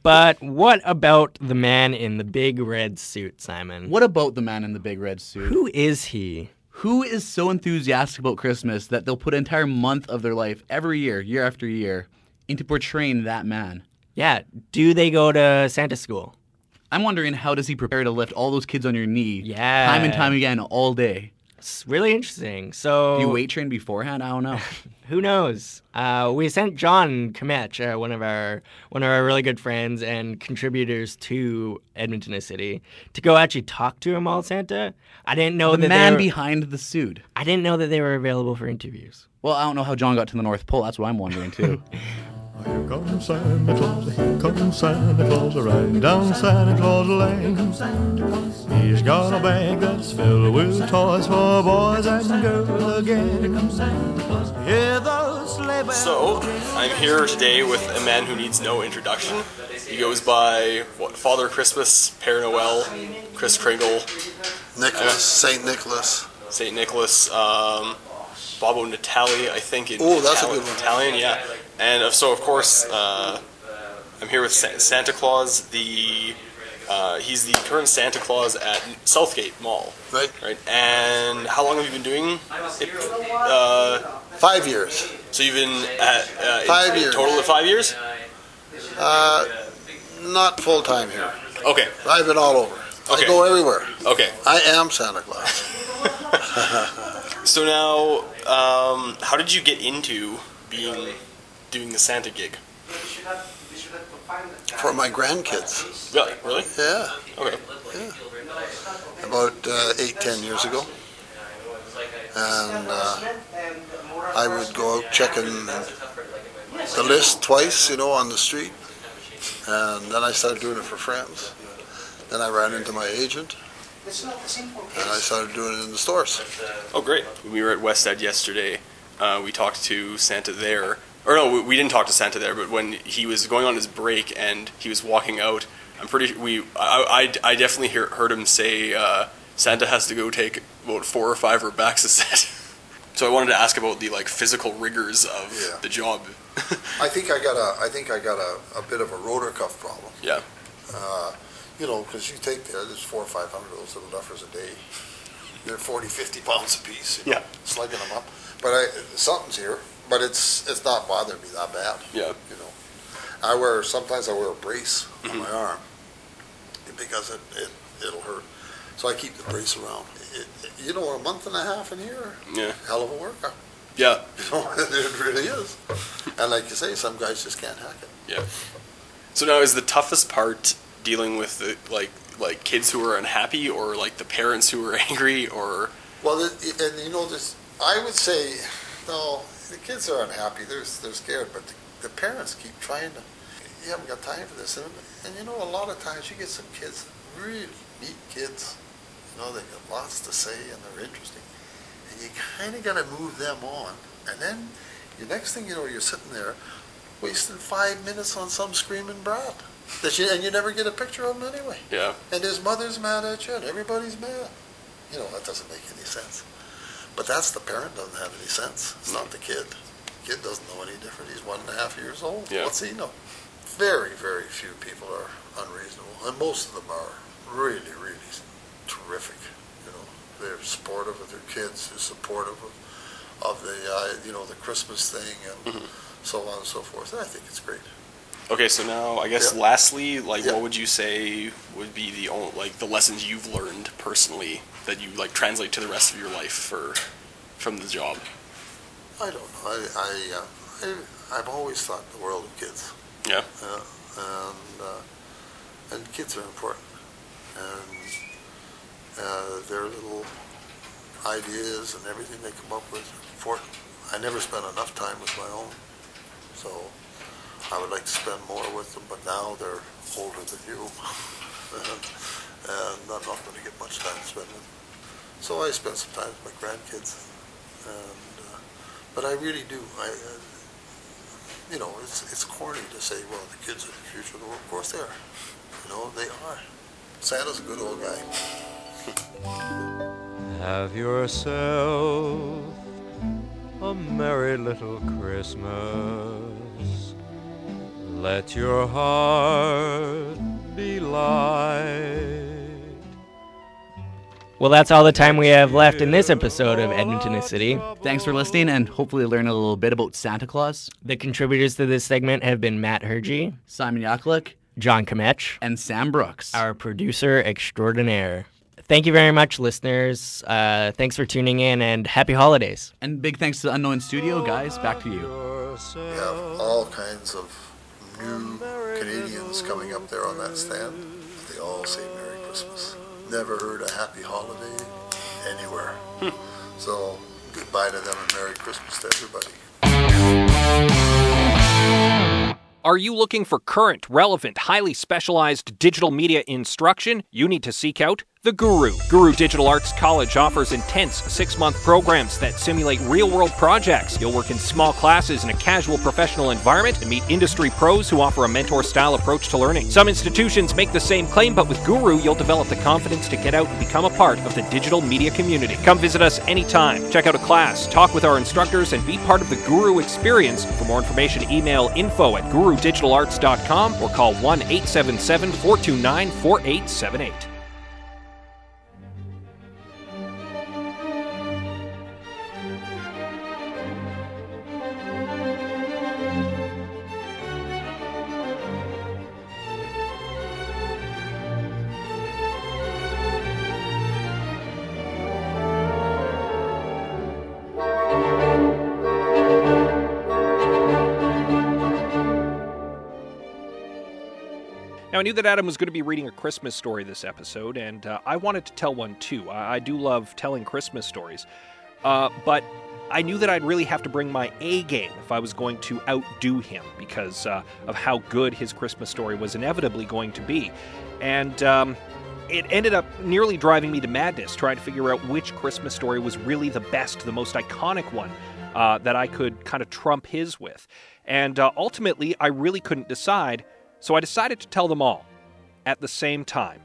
S8: But what about the man in the big red suit, Simon?
S10: What about the man in the big red suit?
S8: Who is he?
S10: Who is so enthusiastic about Christmas that they'll put an entire month of their life every year, year after year, into portraying that man?
S8: Yeah, do they go to Santa school?
S10: I'm wondering how does he prepare to lift all those kids on your knee
S8: Yeah.
S10: time and time again all day?
S8: It's really interesting. So
S10: Do you weight train beforehand? I don't know.
S8: Who knows? Uh, we sent John Kamech, uh, one of our one of our really good friends and contributors to Edmonton as City, to go actually talk to him all Santa. I didn't know that
S10: the
S8: they
S10: man
S8: were-
S10: behind the suit.
S8: I didn't know that they were available for interviews.
S10: Well, I don't know how John got to the North Pole. That's what I'm wondering too.
S1: Here comes Santa Claus, here comes Santa Claus, riding down Santa Claus Lane. He's got a bag that's filled with toys for boys and girls again. Here comes Santa Claus. Hear those sleigh bells.
S3: So, I'm here today with a man who needs no introduction. He goes by what, Father Christmas, Père Noel, Chris Kringle,
S12: Nicholas, St. Nicholas.
S3: St. Nicholas, um, Babbo Natale, I think. In
S12: Ooh, that's a
S3: Itali-
S12: good one.
S3: Italian, yeah. And of, so, of course, uh, I'm here with Sa- Santa Claus. The uh, he's the current Santa Claus at Southgate Mall.
S12: Right.
S3: Right. And how long have you been doing it? Uh,
S12: five years.
S3: So you've been at uh, in
S12: Five years.
S3: Total of five years.
S12: Uh, not full time here.
S3: Okay.
S12: I've been all over. I
S3: Okay.
S12: go everywhere.
S3: Okay.
S12: I am Santa Claus.
S3: So now, um, how did you get into being doing the Santa gig?
S12: For my grandkids.
S3: Really? Really?
S12: Yeah.
S3: Okay.
S12: About uh, eight, ten years ago. And uh, I would go out checking the list twice, you know, on the street. And then I started doing it for friends. Then I ran into my agent, and I started doing it in the stores.
S3: Oh, great. We were at West Ed yesterday. Uh, we talked to Santa there. Or no, we, we didn't talk to Santa there, but when he was going on his break and he was walking out, I'm pretty su- we I, I, I definitely hear, heard him say uh, Santa has to go take about four or five rebacks a set. so I wanted to ask about the like physical rigors of
S12: Yeah.
S3: the job.
S12: I think I got a, I think I got a, a bit of a rotor cuff problem.
S3: Yeah.
S12: Uh, you know, because you take there, there's four or five hundred of those little duffers a day. They're 40, 50 pounds apiece. You know,
S3: Yeah.
S12: Slugging them up, but I, something's here. But it's it's not bothering me that bad.
S3: Yeah.
S12: You know, I wear sometimes I wear a brace on
S3: Mm-hmm.
S12: my arm because it, it it'll hurt. So I keep the brace around. It, it- you know, a month and a half in here,
S3: Yeah.
S12: hell of a workout.
S3: Yeah.
S12: You know, it really is. And like you say, some guys just can't hack it.
S3: Yeah. So now is the toughest part dealing with the, like like kids who are unhappy or like the parents who are angry or
S12: Well, the- and you know, this, I would say, no, the kids are unhappy, they're, they're scared, but the, the parents keep trying to, you haven't got time for this. And, and you know, a lot of times you get some kids, really neat kids, you know, they got lots to say and they're interesting. And you kind of got to move them on. And then, the next thing you know, you're sitting there wasting five minutes on some screaming brat. That you, and you never get a picture of him anyway.
S3: yeah.
S12: And his mother's mad at you, and everybody's mad. You know, that doesn't make any sense. But that's the parent doesn't have any sense. It's not the kid. Kid doesn't know any different. He's one and a half years old.
S3: Yeah.
S12: What's he know? Very, very few people are unreasonable, and most of them are really, really terrific. You know, they're supportive of their kids. They're supportive of, of the, uh, you know, the Christmas thing and so on and so forth. And I think it's great.
S3: Mm-hmm. Okay, so now I guess
S12: Yeah.
S3: lastly, like,
S12: Yeah.
S3: what would you say would be the only, like the lessons you've learned personally that you like translate to the rest of your life for from the job?
S12: I don't know. I, I, uh, I I've always thought the world of kids.
S3: Yeah.
S12: Yeah. And uh, and kids are important. And uh, their little ideas and everything they come up with are important. I never spent enough time with my own, so I would like to spend more with them. But now they're older than you, and, and I'm not going to get much time to spend with them. So I spend some time with my grandkids, and uh, but I really do. I, uh, you know, it's it's corny to say, well, the kids are the future of the world. Of course they are. You know, they are. Santa's a good old guy.
S9: Have yourself a merry little Christmas. Let your heart be light.
S8: Well, that's all the time we have left in this episode of Edmonton is City.
S10: Thanks for listening and hopefully learn a little bit about Santa Claus.
S8: The contributors to this segment have been Matt Hergy,
S10: Simon Yaklik,
S8: John Kamech,
S10: and Sam Brooks,
S8: our producer extraordinaire. Thank you very much, listeners. Uh, thanks for tuning in and happy holidays.
S10: And big thanks to the Unknown Studio, guys. Back to you.
S12: We have all kinds of new Canadians coming up there on that stand. They all say Merry Christmas. Never heard a happy holiday anywhere. so goodbye to them and Merry Christmas to everybody.
S2: Are you looking for current, relevant, highly specialized digital media instruction? You need to seek out The Guru. Guru Digital Arts College offers intense six month programs that simulate real world projects. You'll work in small classes in a casual professional environment and meet industry pros who offer a mentor style approach to learning. Some institutions make the same claim, but with Guru, you'll develop the confidence to get out and become a part of the digital media community. Come visit us anytime, check out a class, talk with our instructors, and be part of the Guru experience. For more information, email info at gurudigitalarts.com or call 1 877 429 4878. Now, I knew that Adam was going to be reading a Christmas story this episode, and uh, I wanted to tell one too. I, I do love telling Christmas stories, uh, but I knew that I'd really have to bring my A game if I was going to outdo him because uh, of how good his Christmas story was inevitably going to be. And um, it ended up nearly driving me to madness trying to figure out which Christmas story was really the best, the most iconic one uh, that I could kind of trump his with. And uh, ultimately, I really couldn't decide, so I decided to tell them all at the same time.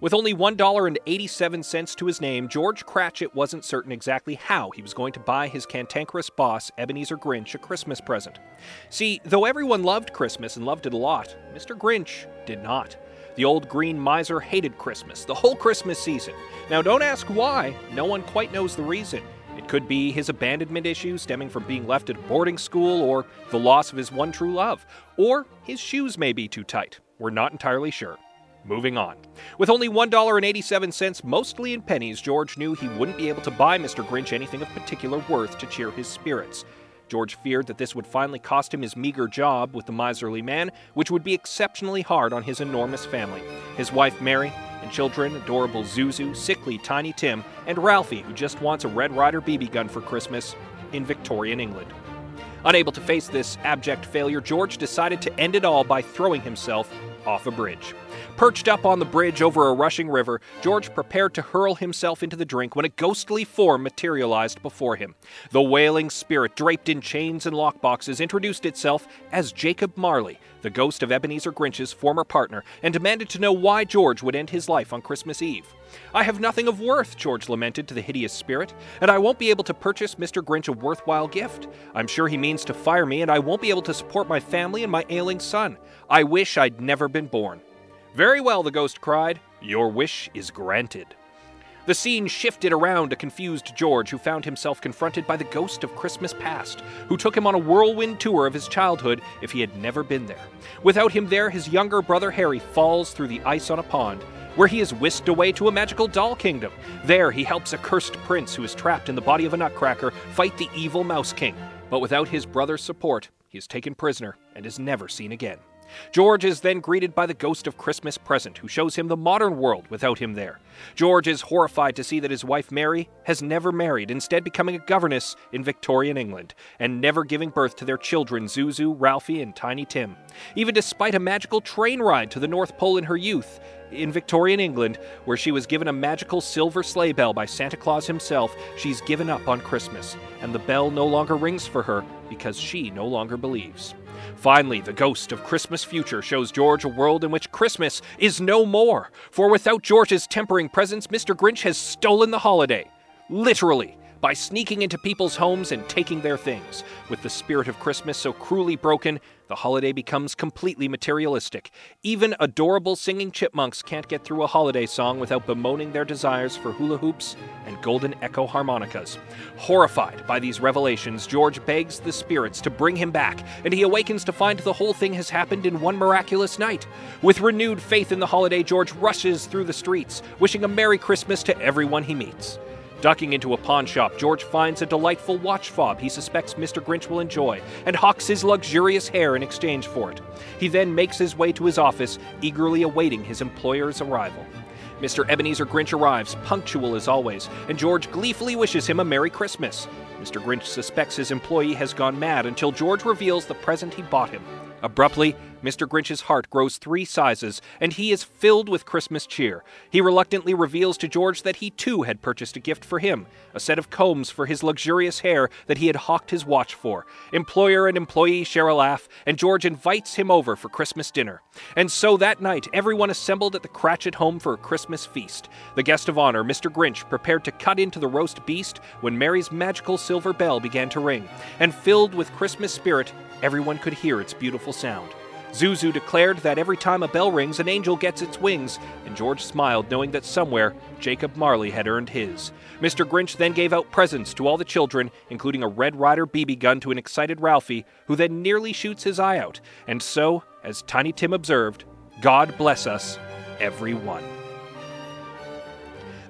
S2: With only $1.87 to his name, George Cratchit wasn't certain exactly how he was going to buy his cantankerous boss, Ebenezer Grinch, a Christmas present. See, though everyone loved Christmas and loved it a lot, Mr. Grinch did not. The old green miser hated Christmas, the whole Christmas season. Now, don't ask why, no one quite knows the reason. It could be his abandonment issue stemming from being left at a boarding school, or the loss of his one true love, or his shoes may be too tight. We're not entirely sure. Moving on. With only $1.87, mostly in pennies, George knew he wouldn't be able to buy Mr. Grinch anything of particular worth to cheer his spirits. George feared that this would finally cost him his meager job with the miserly man, which would be exceptionally hard on his enormous family. His wife Mary and children, adorable Zuzu, sickly Tiny Tim, and Ralphie, who just wants a Red Ryder BB gun for Christmas in Victorian England. Unable to face this abject failure, George decided to end it all by throwing himself off a bridge. Perched up on the bridge over a rushing river, George prepared to hurl himself into the drink when a ghostly form materialized before him. The wailing spirit, draped in chains and lockboxes, introduced itself as Jacob Marley, the ghost of Ebenezer Grinch's former partner, and demanded to know why George would end his life on Christmas Eve. I have nothing of worth, George lamented to the hideous spirit, and I won't be able to purchase Mr. Grinch a worthwhile gift. I'm sure he means to fire me, and I won't be able to support my family and my ailing son. I wish I'd never been born. Very well, the ghost cried. Your wish is granted. The scene shifted around to confused George, who found himself confronted by the ghost of Christmas past, who took him on a whirlwind tour of his childhood if he had never been there. Without him there, his younger brother Harry falls through the ice on a pond, where he is whisked away to a magical doll kingdom. There, he helps a cursed prince who is trapped in the body of a nutcracker fight the evil Mouse King. But without his brother's support, he is taken prisoner and is never seen again. George is then greeted by the ghost of Christmas present, who shows him the modern world without him there. George is horrified to see that his wife Mary has never married, instead, becoming a governess in Victorian England, and never giving birth to their children Zuzu, Ralphie, and Tiny Tim. Even despite a magical train ride to the North Pole in her youth, in Victorian England, where she was given a magical silver sleigh bell by Santa Claus himself, she's given up on Christmas, and the bell no longer rings for her because she no longer believes. Finally, the ghost of Christmas future shows George a world in which Christmas is no more, for without George's tempering presence, Mr. Grinch has stolen the holiday. Literally. By sneaking into people's homes and taking their things. With the spirit of Christmas so cruelly broken, the holiday becomes completely materialistic. Even adorable singing chipmunks can't get through a holiday song without bemoaning their desires for hula hoops and golden echo harmonicas. Horrified by these revelations, George begs the spirits to bring him back, and he awakens to find the whole thing has happened in one miraculous night. With renewed faith in the holiday, George rushes through the streets, wishing a Merry Christmas to everyone he meets. Ducking into a pawn shop, George finds a delightful watch fob he suspects Mr. Grinch will enjoy and hawks his luxurious hair in exchange for it. He then makes his way to his office, eagerly awaiting his employer's arrival. Mr. Ebenezer Grinch arrives, punctual as always, and George gleefully wishes him a Merry Christmas. Mr. Grinch suspects his employee has gone mad until George reveals the present he bought him. Abruptly, Mr. Grinch's heart grows three sizes, and he is filled with Christmas cheer. He reluctantly reveals to George that he too had purchased a gift for him a set of combs for his luxurious hair that he had hawked his watch for. Employer and employee share a laugh, and George invites him over for Christmas dinner. And so that night, everyone assembled at the Cratchit home for a Christmas feast. The guest of honor, Mr. Grinch, prepared to cut into the roast beast when Mary's magical silver bell began to ring, and filled with Christmas spirit, everyone could hear its beautiful sound. Zuzu declared that every time a bell rings, an angel gets its wings, and George smiled, knowing that somewhere Jacob Marley had earned his. Mr. Grinch then gave out presents to all the children, including a Red Ryder BB gun to an excited Ralphie, who then nearly shoots his eye out. And so, as Tiny Tim observed, God bless us, everyone.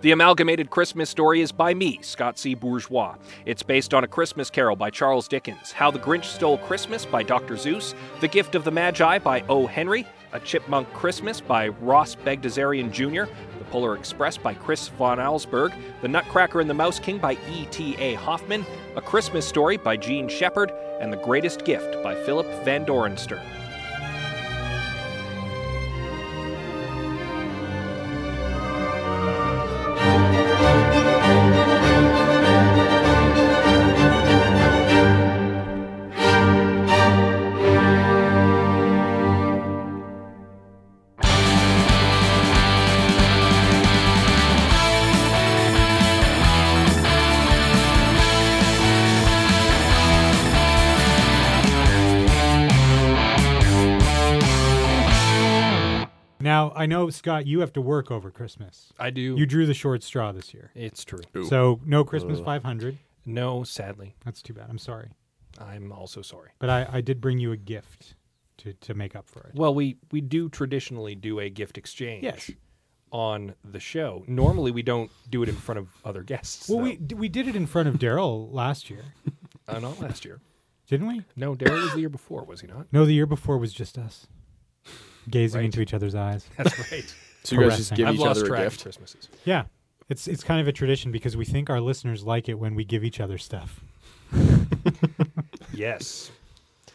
S2: The Amalgamated Christmas Story is by me, Scott C. Bourgeois. It's based on A Christmas Carol by Charles Dickens, How the Grinch Stole Christmas by Dr. Zeus, The Gift of the Magi by O. Henry, A Chipmunk Christmas by Ross Begdasarian Jr., The Polar Express by Chris von Allsburg, The Nutcracker and the Mouse King by E.T.A. Hoffman, A Christmas Story by Gene Shepard, and The Greatest Gift by Philip Van Dorenstern.
S1: Now I know Scott, you have to work over Christmas.
S2: I do.
S1: You drew the short straw this year.
S2: It's true. Ooh.
S1: So no Christmas
S2: Ugh.
S1: 500.
S2: No, sadly.
S1: That's too bad. I'm sorry.
S2: I'm also sorry.
S1: But I, I did bring you a gift to, to make up for it.
S2: Well, we we do traditionally do a gift exchange
S1: Yes.
S2: on the show. Normally, we don't do it in front of other guests.
S1: Well, we d- we did it in front of Daryl last year,
S2: uh, not last year,
S1: didn't we?
S2: No, Daryl was the year before, was he not?
S1: No, the year before was just us gazing into each other's eyes.
S2: That's right.
S3: So you guys just
S1: Caressing.
S3: give
S2: I've
S3: each
S2: lost
S3: other
S2: track
S3: a
S2: of
S3: gift.
S2: Christmases.
S1: Yeah, it's it's kind of a tradition because we think our listeners like it when we give each other stuff.
S2: Yes.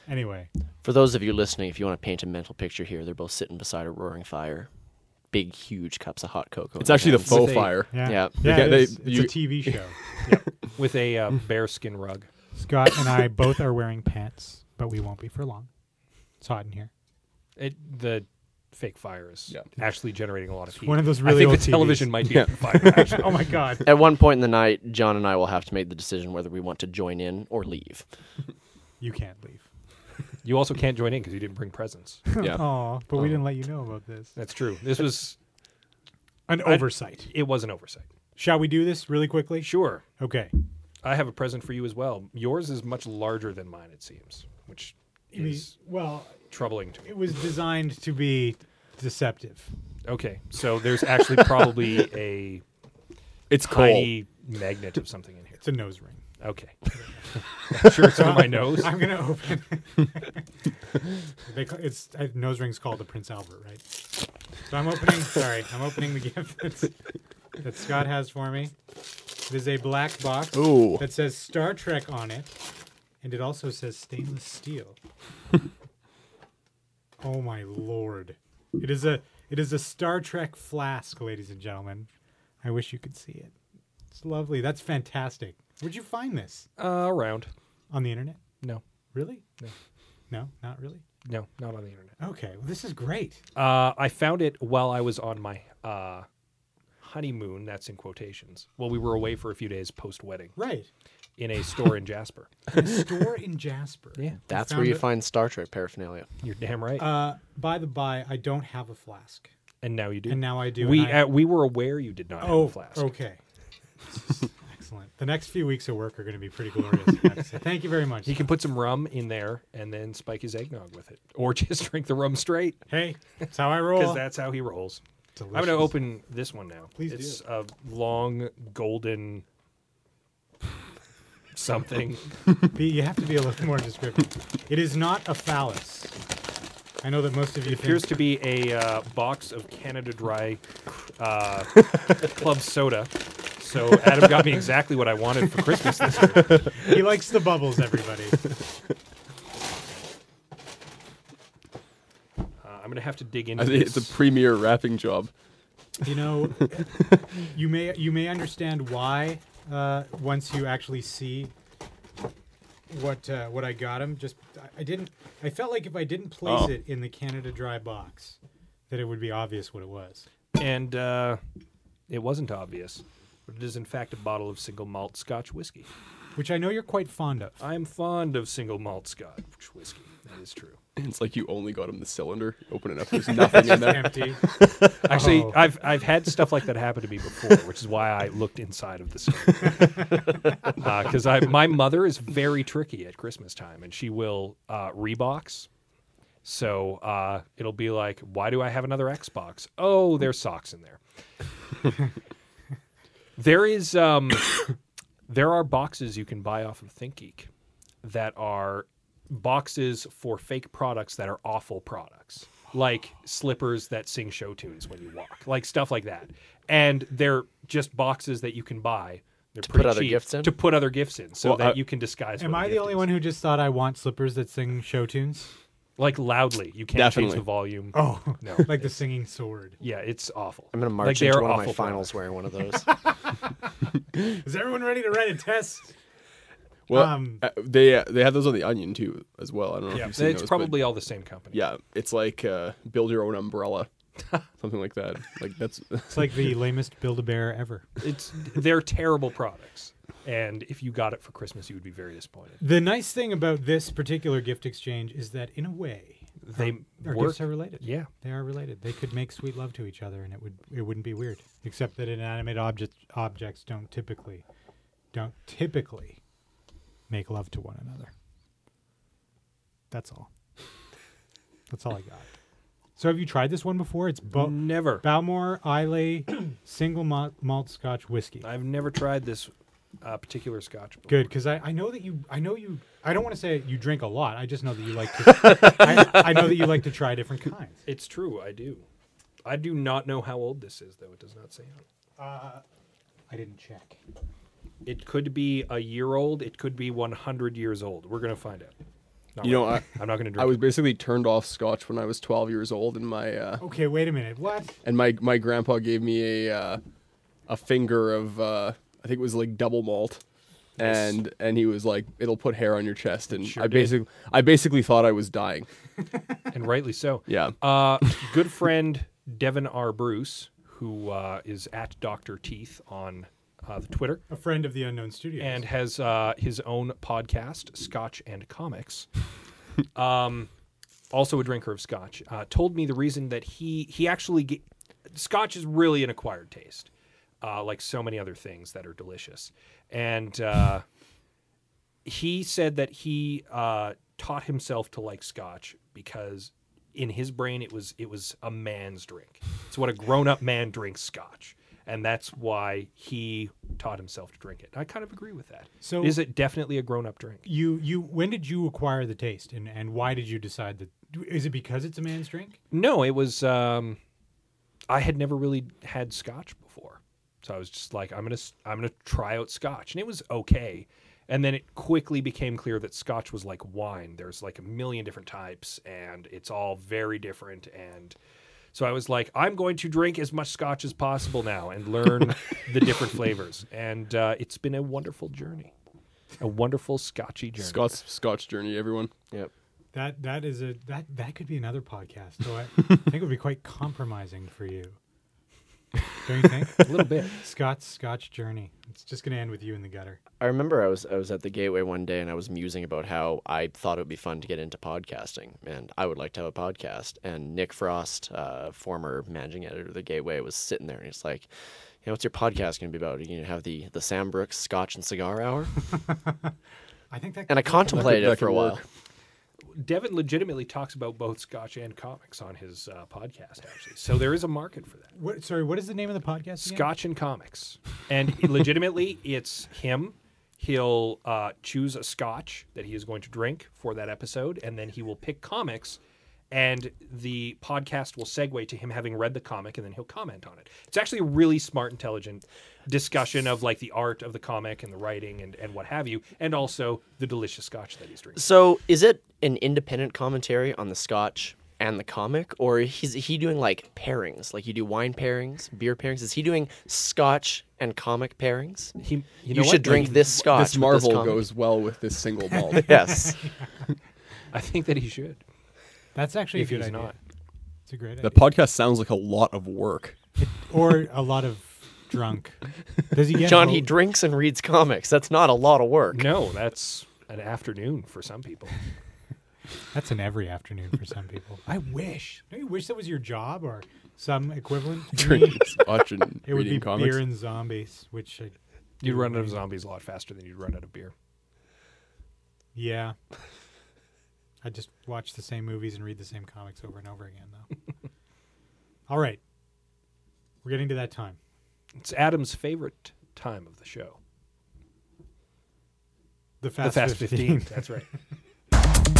S1: Anyway,
S4: For those of you listening, if you want to paint a mental picture here, they're both sitting beside a roaring fire. Big, huge cups of hot cocoa.
S3: It's
S4: in their
S3: actually the
S4: hands.
S3: faux fire.
S4: Yeah.
S1: yeah,
S3: They-
S1: it's,
S3: they- you-
S1: it's a TV show.
S2: With a uh, bearskin rug.
S1: Scott and I both are wearing pants, but we won't be for long. It's hot in here.
S2: It, the fake fire is actually generating a lot of heat.
S1: one of those
S2: I
S1: really
S2: think
S1: old
S2: the television
S1: TVs.
S2: might be
S1: Yeah.
S2: on fire. Actually.
S1: Oh my God.
S4: At one point in the night, John and I will have to make the decision whether we want to join in or leave.
S1: You can't leave.
S2: You also can't join in because you didn't bring presents.
S1: Aw, but we
S2: Oh.
S1: didn't let you know about this.
S2: That's true. This was
S1: An
S2: I-
S1: oversight.
S2: it was an oversight.
S1: Shall we do this really quickly?
S2: Sure.
S1: Okay.
S2: I have a present for you as well. Yours is much larger than mine, it seems, which
S1: You mean-
S2: is
S1: well
S2: troubling to me.
S1: It was designed to be deceptive.
S2: Okay, so there's actually probably a
S1: It's
S2: tiny magnet of something in here.
S1: It's a nose ring.
S2: Okay, I'm sure it's on my nose.
S1: I'm gonna open. they call, it's I, nose ring's called the Prince Albert, right? So I'm opening. sorry, I'm opening the gift that's, that Scott has for me. It is a black box
S3: Ooh.
S1: that says Star Trek on it, and it also says stainless steel. oh my lord! It is a it is a Star Trek flask, ladies and gentlemen. I wish you could see it. It's lovely. That's fantastic. Where'd you find this?
S2: Uh, around.
S1: On the internet?
S2: No.
S1: Really?
S2: No.
S1: No, not really.
S2: No, not on the internet.
S1: Okay, well, this is great.
S2: Uh, I found it while I was on my uh, honeymoon. That's in quotations. Well, we were away for a few days post wedding.
S1: Right.
S2: In a store in Jasper.
S1: A store in Jasper.
S2: Yeah.
S1: We
S4: That's
S1: found
S4: where you
S1: it-
S4: find Star Trek paraphernalia.
S2: You're damn right.
S1: Uh, by the by, I don't have a flask.
S2: and now you do.
S1: And now I do,
S2: We
S1: and I-
S2: uh, we were aware you did not have
S1: Oh,
S2: a flask.
S1: okay. This is Excellent. The next few weeks of work are going to be pretty glorious. I have to say. Thank you very much.
S2: He can put some rum in there and then spike his eggnog with it, or just drink the rum straight.
S1: Hey, that's how I roll.
S2: Because that's how he rolls. I'm
S1: Delicious.
S2: going to open this one now.
S1: Please
S2: it's
S1: do.
S2: a long golden something.
S1: Be- you have to be a little more descriptive. It is not a phallus. I know that most of you
S2: It appears
S1: think
S2: to be a uh, box of Canada Dry uh, club soda. So Adam got me exactly what I wanted for Christmas this year.
S1: he likes the bubbles, everybody.
S2: Uh, I'm gonna have to dig into
S3: I think it's
S2: this.
S3: a premier wrapping job.
S1: You know, you may you may understand why uh, once you actually see what uh, what I got him. Just I, I didn't. I felt like if I didn't place
S2: Oh.
S1: it in the Canada Dry box, that it would be obvious what it was.
S2: and uh, it wasn't obvious, but it is in fact a bottle of single malt Scotch whiskey.
S1: Which I know you're quite fond of.
S2: I'm fond of single malt Scotch whiskey. That is true.
S3: It's like you only got him the cylinder. Open it up, there's nothing in there.
S2: Actually,
S3: Oh.
S2: I've I've had stuff like that happen to me before, which is why I looked inside of the cylinder. Because I my mother is very tricky at Christmas time, and she will uh, rebox. So uh, it'll be like, why do I have another Xbox? Oh, there's socks in there. There is um there are boxes you can buy off of ThinkGeek that are boxes for fake products that are awful products. Like slippers that sing show tunes when you walk. Like stuff like that. And they're just boxes that you can buy. They're
S4: To put
S2: pretty
S4: other
S2: cheap
S4: gifts in?
S2: to put other gifts in so
S4: Well,
S2: that
S4: I-
S2: you can disguise
S1: uh, Am
S2: what
S1: I
S2: gift
S1: the only one who just thought I want slippers that sing show tunes?
S2: Like loudly. You can't change the volume.
S1: Oh,
S2: no.
S1: like the singing sword.
S2: Yeah, it's awful.
S4: I'm gonna march
S2: Like, they
S4: into
S2: are
S4: one of my
S2: awful
S4: finals wearing one of those.
S1: Is everyone ready to write a test?
S3: Well,
S1: Um,
S3: uh, they uh, they have those on the Onion too, as well. I don't know
S2: Yeah,
S3: if you've seen
S2: it's
S3: those, but-
S2: probably all the same company.
S3: Yeah, it's like uh, build your own umbrella, something like that. Like that's
S1: It's like the lamest Build a Bear ever.
S2: It's they're terrible products. And if you got it for Christmas, you would be very disappointed.
S1: The nice thing about this particular gift exchange is that, in a way, um,
S2: They
S1: our, our
S2: work.
S1: gifts are related.
S2: Yeah.
S1: they are related. They could make sweet love to each other, and it would it wouldn't be weird. Except that inanimate objects objects don't typically don't typically make love to one another. That's all. That's all I got. So have you tried this one before? It's Bo-
S2: never
S1: Balmore Islay single malt, malt Scotch whiskey.
S2: I've never tried this uh, particular Scotch.
S1: Good, because I, I know that you I know you I don't want to say you drink a lot. I just know that you like to I, I know that you like to try different kinds.
S2: It's true. I do. I do not know how old this is, though. It does not say. on it.
S1: Uh, I didn't check.
S2: It could be a year old. It could be 100 years old. We're gonna find out. Not
S3: you know
S2: right
S3: I,
S2: now. I'm not gonna drink.
S3: I was basically turned off Scotch when I was 12 years old, and my uh,
S2: Oh.
S1: Okay, wait a minute. What?
S3: and my my grandpa gave me a uh, a finger of uh, I think it was like double malt. And and he was like, "It'll put hair on your chest," and I
S2: did.
S3: basically, I basically thought I was dying.
S2: it. and rightly so.
S3: Yeah.
S2: Uh, good friend Devin R. Bruce, who uh, is at Doctor Teeth on uh, the Twitter.
S1: A friend of the Unknown Studios.
S2: and has uh, his own podcast, Scotch and Comics. um, also a drinker of scotch, uh, told me the reason that he he actually ge- scotch is really an acquired taste, uh, like so many other things that are delicious, and uh, he said that he uh, taught himself to like scotch because in his brain it was it was a man's drink. It's what a grown up man drinks scotch. And that's why he taught himself to drink it. I kind of agree with that.
S1: So-
S2: is it definitely a grown-up drink?
S1: you you when did you acquire the taste and, and why did you decide that is it because it's a man's drink?
S2: No, it was. Um, I had never really had Scotch before, so I was just like, I'm gonna, s- I'm gonna try out Scotch, and it was okay. And then it quickly became clear that Scotch was like wine. There's like a million different types, and it's all very different. And so I was like, I'm going to drink as much Scotch as possible now and learn the different flavors. And uh, it's been a wonderful journey, a wonderful Scotchy journey.
S3: Scotch Scotch journey, everyone.
S4: Yep.
S1: That that is a that that could be another podcast. So I, I think it would be quite compromising for you. Don't you think?
S2: a little bit.
S1: Scott's Scotch journey. It's just gonna end with you in the gutter.
S4: I remember I was I was at the Gateway one day and I was musing about how I thought it would be fun to get into podcasting and I would like to have a podcast. And Nick Frost, uh, former managing editor of the Gateway, was sitting there and he's like, "You know, what's your podcast going to be about? Are you going to have the the Sam Brooks Scotch and Cigar Hour?"
S1: I think that
S4: And I
S1: could-
S4: contemplated it for a while.
S2: Devin legitimately talks about both Scotch and comics on his uh, podcast, actually. So there is a market for that.
S1: What, sorry, what is the name of the podcast? again?
S2: Scotch and comics, and legitimately, it's him He'll uh, choose a scotch that he is going to drink for that episode, and then he will pick comics, and the podcast will segue to him having read the comic, and then he'll comment on it. It's actually a really smart, intelligent discussion of like the art of the comic and the writing and, and what have you, and also the delicious scotch that he's drinking.
S4: So is it an independent commentary on the Scotch and the comic, or is he doing like pairings? Like you do wine pairings, beer pairings. Is he doing Scotch and comic pairings?
S2: He, you,
S3: know
S4: should
S3: what?
S4: drink this Scotch. with
S3: This Marvel
S4: comic.
S3: goes well with this single malt.
S4: yes.
S2: I think that he should.
S1: That's actually
S2: If
S1: a good
S2: he's
S1: idea.
S2: not.
S1: It's a great idea.
S3: The podcast sounds like a lot of work.
S1: or a lot of drunk. Does he get
S4: John?
S1: ho-
S4: He drinks and reads comics. That's not a lot of work.
S2: No, that's an afternoon for some people.
S1: That's an every afternoon for some people. I wish. Don't you wish that was your job or some equivalent? For me,
S3: Drinking scotch and
S1: it would be
S3: reading comics.
S1: beer and zombies, which I,
S2: You'd run out of zombies a lot faster than you'd run out of beer.
S1: yeah. I just watch the same movies and read the same comics over and over again, though. All right, we're getting to that time.
S2: It's Adam's favorite time of the show.
S1: The Fast,
S2: the Fast
S1: 15.
S2: 15. That's right.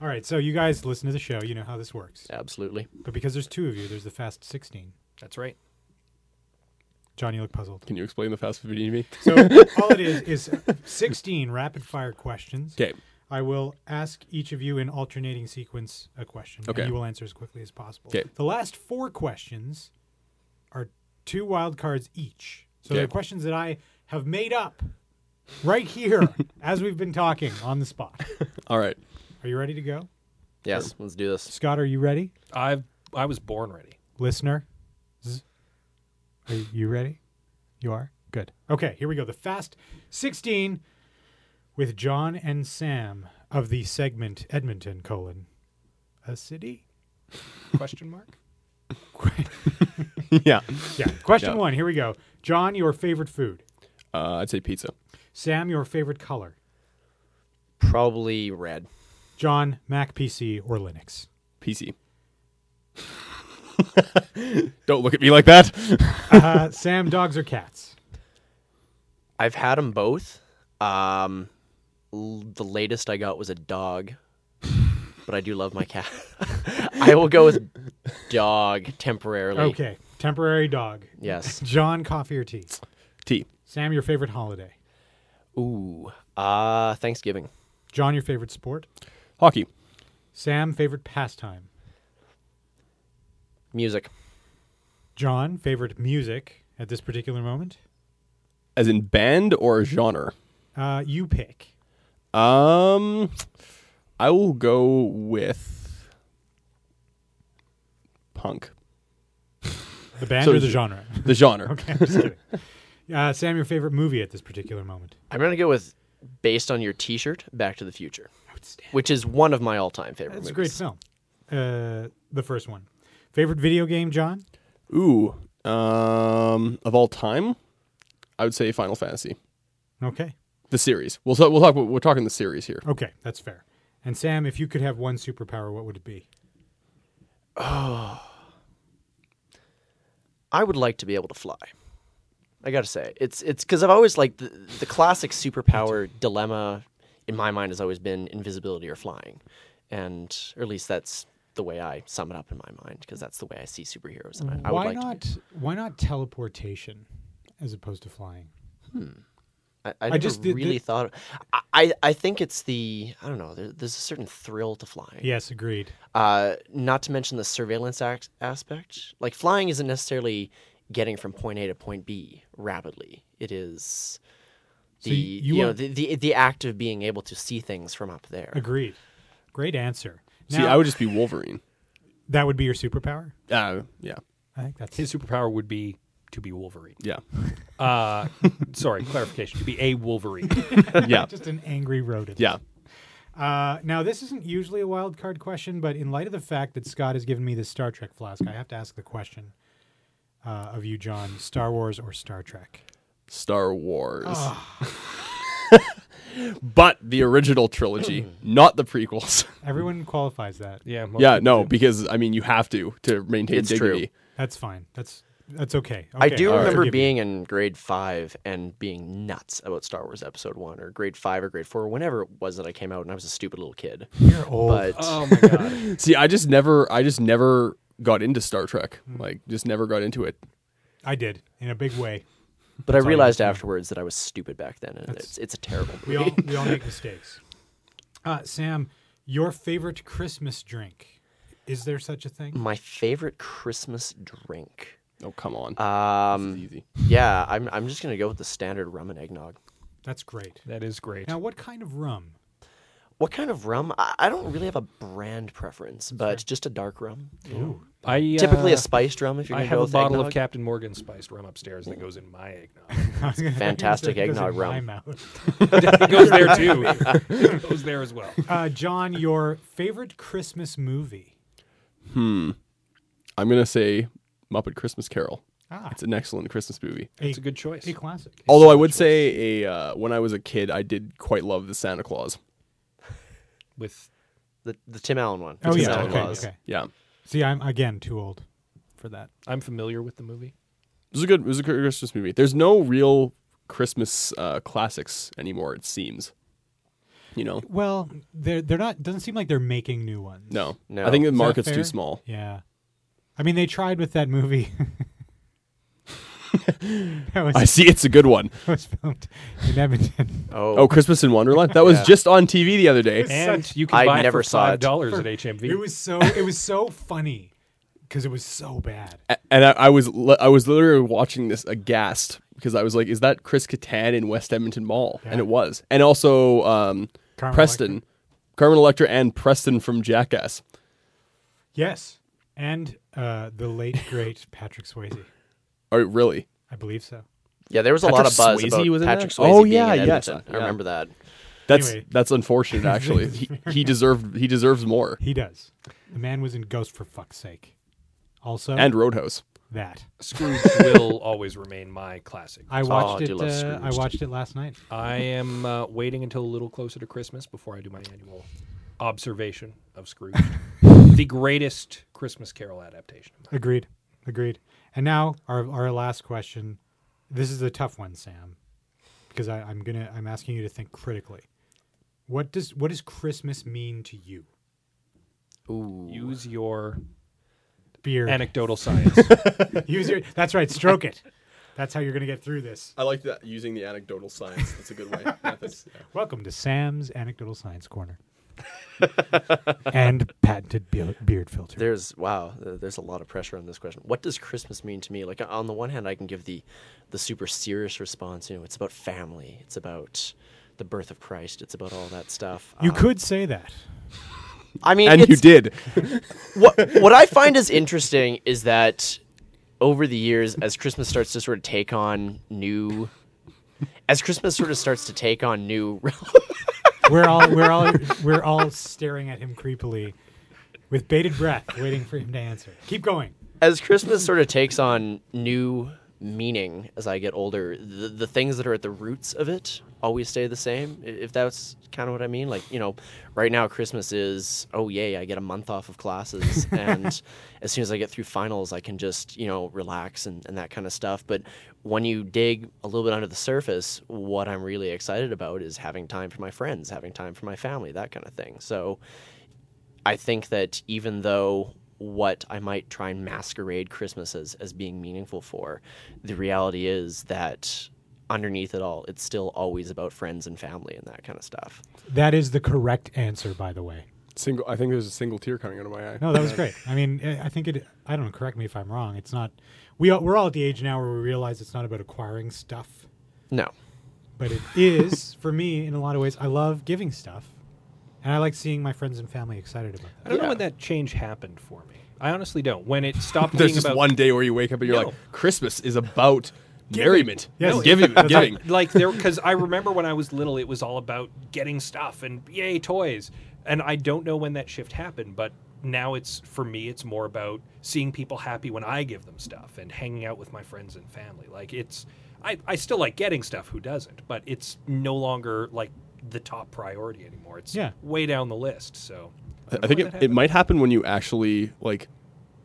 S1: All right, so you guys listen to the show. You know how this works.
S4: Absolutely.
S1: But because there's two of you, there's the Fast 16.
S2: That's right.
S1: John, you look puzzled.
S3: Can you explain the fast food to me?
S1: So all it is is 16 rapid fire questions.
S3: 'Kay.
S1: I will ask each of you in alternating sequence a question.
S3: Okay.
S1: And you will answer as quickly as possible.
S3: 'Kay.
S1: The last four questions are two wild cards each. So they're
S3: Okay.
S1: questions that I have made up right here as we've been talking on the spot.
S3: All right.
S1: Are you ready to go?
S4: Yes, let's do this.
S1: Scott, are you ready?
S2: I've I was born ready.
S1: listener. z- Are you ready? You are? Good. Okay, here we go. The Fast 16 with John and Sam of the segment Edmonton colon a city?
S2: Question mark?
S3: yeah.
S1: Yeah. Question
S3: Yeah.
S1: one. Here we go. John, your favorite food.
S3: Uh, I'd say pizza.
S1: Sam, your favorite color.
S4: Probably red.
S1: John, Mac, PC, or Linux.
S3: PC. Don't look at me like that.
S1: Uh, Sam, dogs or cats?
S4: I've had them both. Um, l- the latest I got was a dog, but I do love my cat. I will go with dog temporarily.
S1: Okay. Temporary dog.
S4: Yes.
S1: John, coffee or tea?
S3: Tea.
S1: Sam, your favorite holiday.
S4: Ooh. Uh, Thanksgiving.
S1: John, your favorite sport.
S3: Hockey.
S1: Sam, favorite pastime.
S4: Music.
S1: John, favorite music at this particular moment?
S3: As in band or genre?
S1: Uh, you pick.
S3: Um, I will go with punk.
S1: The band
S3: So
S1: or the
S3: it's-
S1: genre?
S3: The genre.
S1: okay, I'm just kidding. Uh, Sam, your favorite movie at this particular moment?
S4: I'm gonna go with based on your T-shirt, Back to the Future, which is one of my all-time favorite.
S1: It's
S4: movies.
S1: a great film. Uh, the first one. Favorite video game, John?
S3: Ooh. Um, of all time, I would say Final Fantasy,
S1: Okay.
S3: the series. We'll so we'll talk. We're talking the series here.
S1: Okay, that's fair. And Sam, if you could have one superpower, what would it be?
S4: I would like to be able to fly. I gotta say, it's it's because I've always like the, the classic superpower dilemma in my mind has always been invisibility or flying, and or at least that's the way I sum it up in my mind because that's the way I see superheroes. And I, I would
S1: why
S4: like
S1: not? why not teleportation as opposed to flying?
S4: I, I,
S1: I
S4: never
S1: just did-
S4: really
S1: did-
S4: thought. I- I I think it's the I don't know. There, there's a certain thrill to flying.
S1: Yes, agreed.
S4: Uh, not to mention the surveillance act- aspect. Like flying isn't necessarily getting from point A to point B rapidly. It is
S1: So y-
S4: the you,
S1: you
S4: know
S1: are-
S4: the, the the act of being able to see things from up there.
S1: Agreed. Great answer.
S3: See,
S1: Now-
S3: I would just be Wolverine.
S1: That would be your superpower.
S3: Uh, yeah,
S1: I think that's
S2: His superpower would be to be Wolverine.
S3: yeah.
S2: Uh, sorry, clarification. To be a Wolverine.
S3: Yeah.
S1: just an angry rodent.
S3: Yeah.
S1: Uh, now, this isn't usually a wild card question, but in light of the fact that Scott has given me this Star Trek flask, I have to ask the question uh, of you, John: Star Wars or Star Trek?
S3: Star Wars. but the original trilogy, not the prequels.
S1: Everyone qualifies Hmm. that.
S2: Yeah.
S3: yeah, no, because I mean you have to to maintain
S4: It's true.
S3: dignity.
S1: That's fine. That's that's okay.
S4: I
S1: Okay,
S4: do
S1: I'll
S4: remember
S1: forgive you.
S4: being in grade five and being nuts about Star Wars Episode One or grade five or grade four, or whenever it was that I came out, and I was a stupid little kid.
S1: You're old.
S4: But
S1: Oh my God.
S3: See, I just never I just never got into Star Trek.
S1: Hmm.
S3: Like just never got into it.
S1: I did in a big way.
S4: But I realized afterwards that I was stupid back then, and it's it's a terrible movie.
S1: We all we all make mistakes. Uh, Sam, your favorite Christmas drink? Is there such a thing?
S4: My favorite Christmas drink.
S3: Oh come on.
S4: Um, Yeah, I'm I'm just gonna go with the standard rum and eggnog.
S1: That's great.
S2: That is great.
S1: Now, what kind of rum?
S4: What kind of rum? I, I don't really have a brand preference, but just a dark rum. you know?
S2: I
S4: typically
S2: uh,
S4: a spiced rum. If you're
S2: I
S4: gonna
S2: have
S4: go
S2: a
S4: with
S2: bottle
S4: eggnog.
S2: of Captain Morgan spiced rum upstairs that goes in my eggnog.
S1: was gonna-
S4: Fantastic
S1: It goes in
S4: eggnog
S1: my
S4: rum.
S1: mouth.
S2: it goes there too. It goes there as well.
S1: Uh, John, your favorite Christmas movie?
S3: Hmm. I'm gonna say Muppet Christmas Carol.
S1: Ah.
S3: It's an excellent Christmas movie.
S1: It's
S2: a good choice.
S1: A classic.
S3: Although I would say a uh, when I was a kid, I did quite love the Santa Claus.
S2: With
S4: the the Tim Allen one.
S1: Oh
S4: Tim
S1: yeah.
S4: Allen
S1: Okay,
S4: Laws.
S1: okay.
S3: Yeah.
S1: See, I'm again too old for that.
S2: I'm familiar with the movie.
S3: It was a good. It was a good Christmas movie. There's no real Christmas uh, classics anymore. It seems. You know.
S1: Well, they're they're not. Doesn't seem like they're making new ones.
S3: No. No. I think the
S1: Is that
S3: market's too
S1: fair?
S3: small.
S1: Yeah, I mean they tried with that movie. that was,
S3: I see. It's a good one.
S1: That was filmed in Edmonton.
S4: Oh.
S3: Oh, Christmas in Wonderland. That was
S1: Yeah.
S3: just on TV the other day.
S2: And you can buy it for five dollars at HMV.
S1: It was so it was so funny because it was so bad.
S3: A- And I, I was li- I was literally watching this aghast because I was like, "Is that Chris Kattan in West Edmonton Mall?" And it was. And also um,
S1: Carmen
S3: Preston, Carmen Electra, and Preston from Jackass.
S1: Yes, and uh, the late great Patrick Swayze.
S3: Oh, really?
S1: I believe so.
S4: Yeah, there was a lot
S3: Patrick
S4: of buzz
S3: Swayze
S4: about
S3: was in that?
S4: Patrick Swayze
S3: Oh,
S4: being
S3: yeah,
S4: in
S3: yes,
S4: Edmonton. I
S3: yeah.
S4: remember that.
S3: That's
S1: Anyway.
S3: that's unfortunate. Actually, he, he deserved he deserves more.
S1: He does. The man was in Ghost for fuck's sake. Also,
S3: And Roadhouse.
S1: That
S2: Scrooge will always remain my classic.
S3: Oh,
S1: I watched it. uh, I watched it last night.
S2: I am uh, waiting until a little closer to Christmas before I do my annual observation of Scrooge, the greatest Christmas Carol adaptation.
S1: Agreed. Agreed. And now our our last question. This is a tough one, Sam, because I, I'm gonna I'm asking you to think critically. What does what does Christmas mean to you?
S2: Use your
S1: Beard.
S2: anecdotal science.
S1: Use your. That's right. Stroke it. That's how you're gonna get through this.
S3: I like that using the anecdotal science. That's a good way.
S1: Welcome to Sam's anecdotal science corner. and patented beard, beard filter.
S4: There's wow, th- there's a lot of pressure on this question. What does Christmas mean to me? Like on the one hand, I can give the the super serious response. You know, it's about family. It's about the birth of Christ. It's about all that stuff.
S1: You
S4: Um,
S1: could say that.
S4: I mean,
S3: And you
S4: it's-
S3: did.
S4: what What I find is interesting is that over the years, as Christmas starts to sort of take on new, as Christmas sort of starts to take on new.
S1: We're all we're all we're all staring at him creepily, with bated breath, waiting for him to answer. Keep going.
S4: as Christmas sort of takes on new meaning as I get older, the, the things that are at the roots of it always stay the same. i- If that's kind of what I mean, like you know, right now Christmas is oh yay, I get a month off of classes, and as soon as I get through finals, I can just you know relax and, and that kind of stuff. But when you dig a little bit under the surface, what I'm really excited about is having time for my friends, having time for my family, that kind of thing. So. I think that even though what I might try and masquerade Christmas as, as being meaningful for, the reality is that underneath it all, it's still always about friends and family and that kind of stuff.
S1: That is the correct answer, by the way.
S3: Single. I think there's a single tear coming out of my eye.
S1: No, that was great. I mean, I I think it. I don't know, correct me if I'm wrong. It's not. We all, we're all at the age now where we realize it's not about acquiring stuff,
S4: No.
S1: but it is for me in a lot of ways. I love giving stuff, and I like seeing my friends and family excited about
S2: I
S1: that.
S2: don't know when that change happened for me. I honestly don't. When it stopped
S3: There's
S2: being
S3: just
S2: about
S3: one day where you wake up and you're
S2: No.
S3: like, Christmas is about merriment.
S2: Yes.
S3: No, giving,
S2: That's
S3: giving.
S2: right. Like there, because I remember when I was little, it was all about getting stuff and yay toys. And I don't know when that shift happened, but now it's for me, it's more about seeing people happy when I give them stuff and hanging out with my friends and family. Like it's, I, I still like getting stuff. Who doesn't? But it's no longer like the top priority anymore. It's
S1: Yeah.
S2: way down the list. So
S3: I I think it, it might happen when you actually like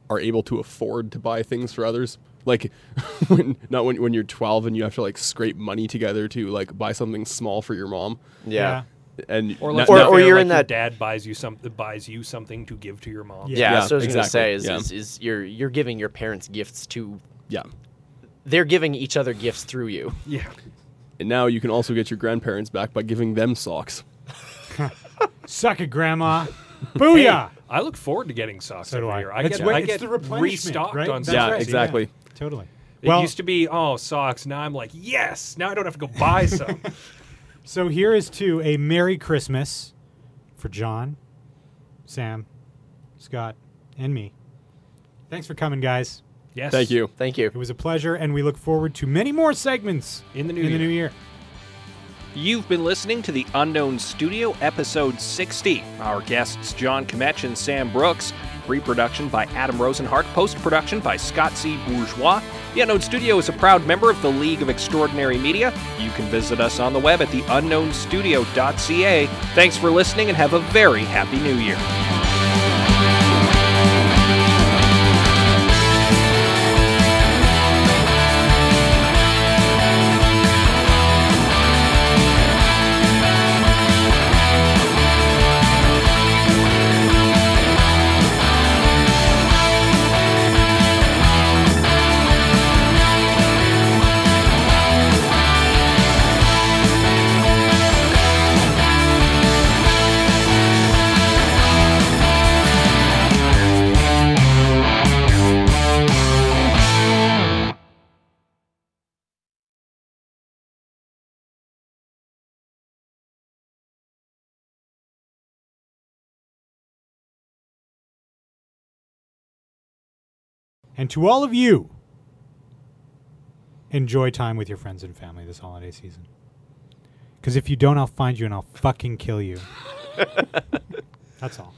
S3: are able to afford to buy things for others. Like when not when when you're 12 and you have to like scrape money together to like buy something small for your mom.
S4: Yeah.
S3: And
S2: or,
S3: not-
S2: let's be
S3: not-
S2: fair, like your dad buys you some buys you something to give to your mom.
S4: Yeah, that's what I was gonna say is, is, is you're you're giving your parents gifts to
S3: Yeah.
S4: They're giving each other gifts through you.
S2: Yeah.
S3: And now you can also get your grandparents back by giving them socks.
S1: Suck it, Grandma. Booyah!
S2: Hey, Ah, I look forward to getting socks
S1: So do
S2: every
S1: I.
S2: year. I
S1: It's
S2: get,
S1: when-
S2: I
S1: it's
S2: get
S1: the replenishment,
S2: restocked
S1: right?
S2: on
S1: That's
S2: socks.
S1: Yeah, right, exactly. yeah. Totally.
S2: It
S1: Well-
S2: used to be oh socks. Now I'm like yes. Now I don't have to go buy some.
S1: So here is to a Merry Christmas for John, Sam, Scott, and me. Thanks for coming, guys.
S2: Yes.
S3: Thank you.
S4: Thank you.
S1: It was a pleasure, and we look forward to many more segments
S2: in the new
S1: in the
S2: year.
S1: new year.
S2: You've been listening to the Unknown Studio, episode 60. Our guests, John Kmetch and Sam Brooks. Pre production by Adam Rosenhart, post production by Scott C. Bourgeois. The Unknown Studio is a proud member of the League of Extraordinary Media. You can visit us on the web at theunknownstudio.ca. Thanks for listening and have a very happy new year.
S1: And to all of you, enjoy time with your friends and family this holiday season. Because if you don't, I'll find you and I'll fucking kill you. That's all.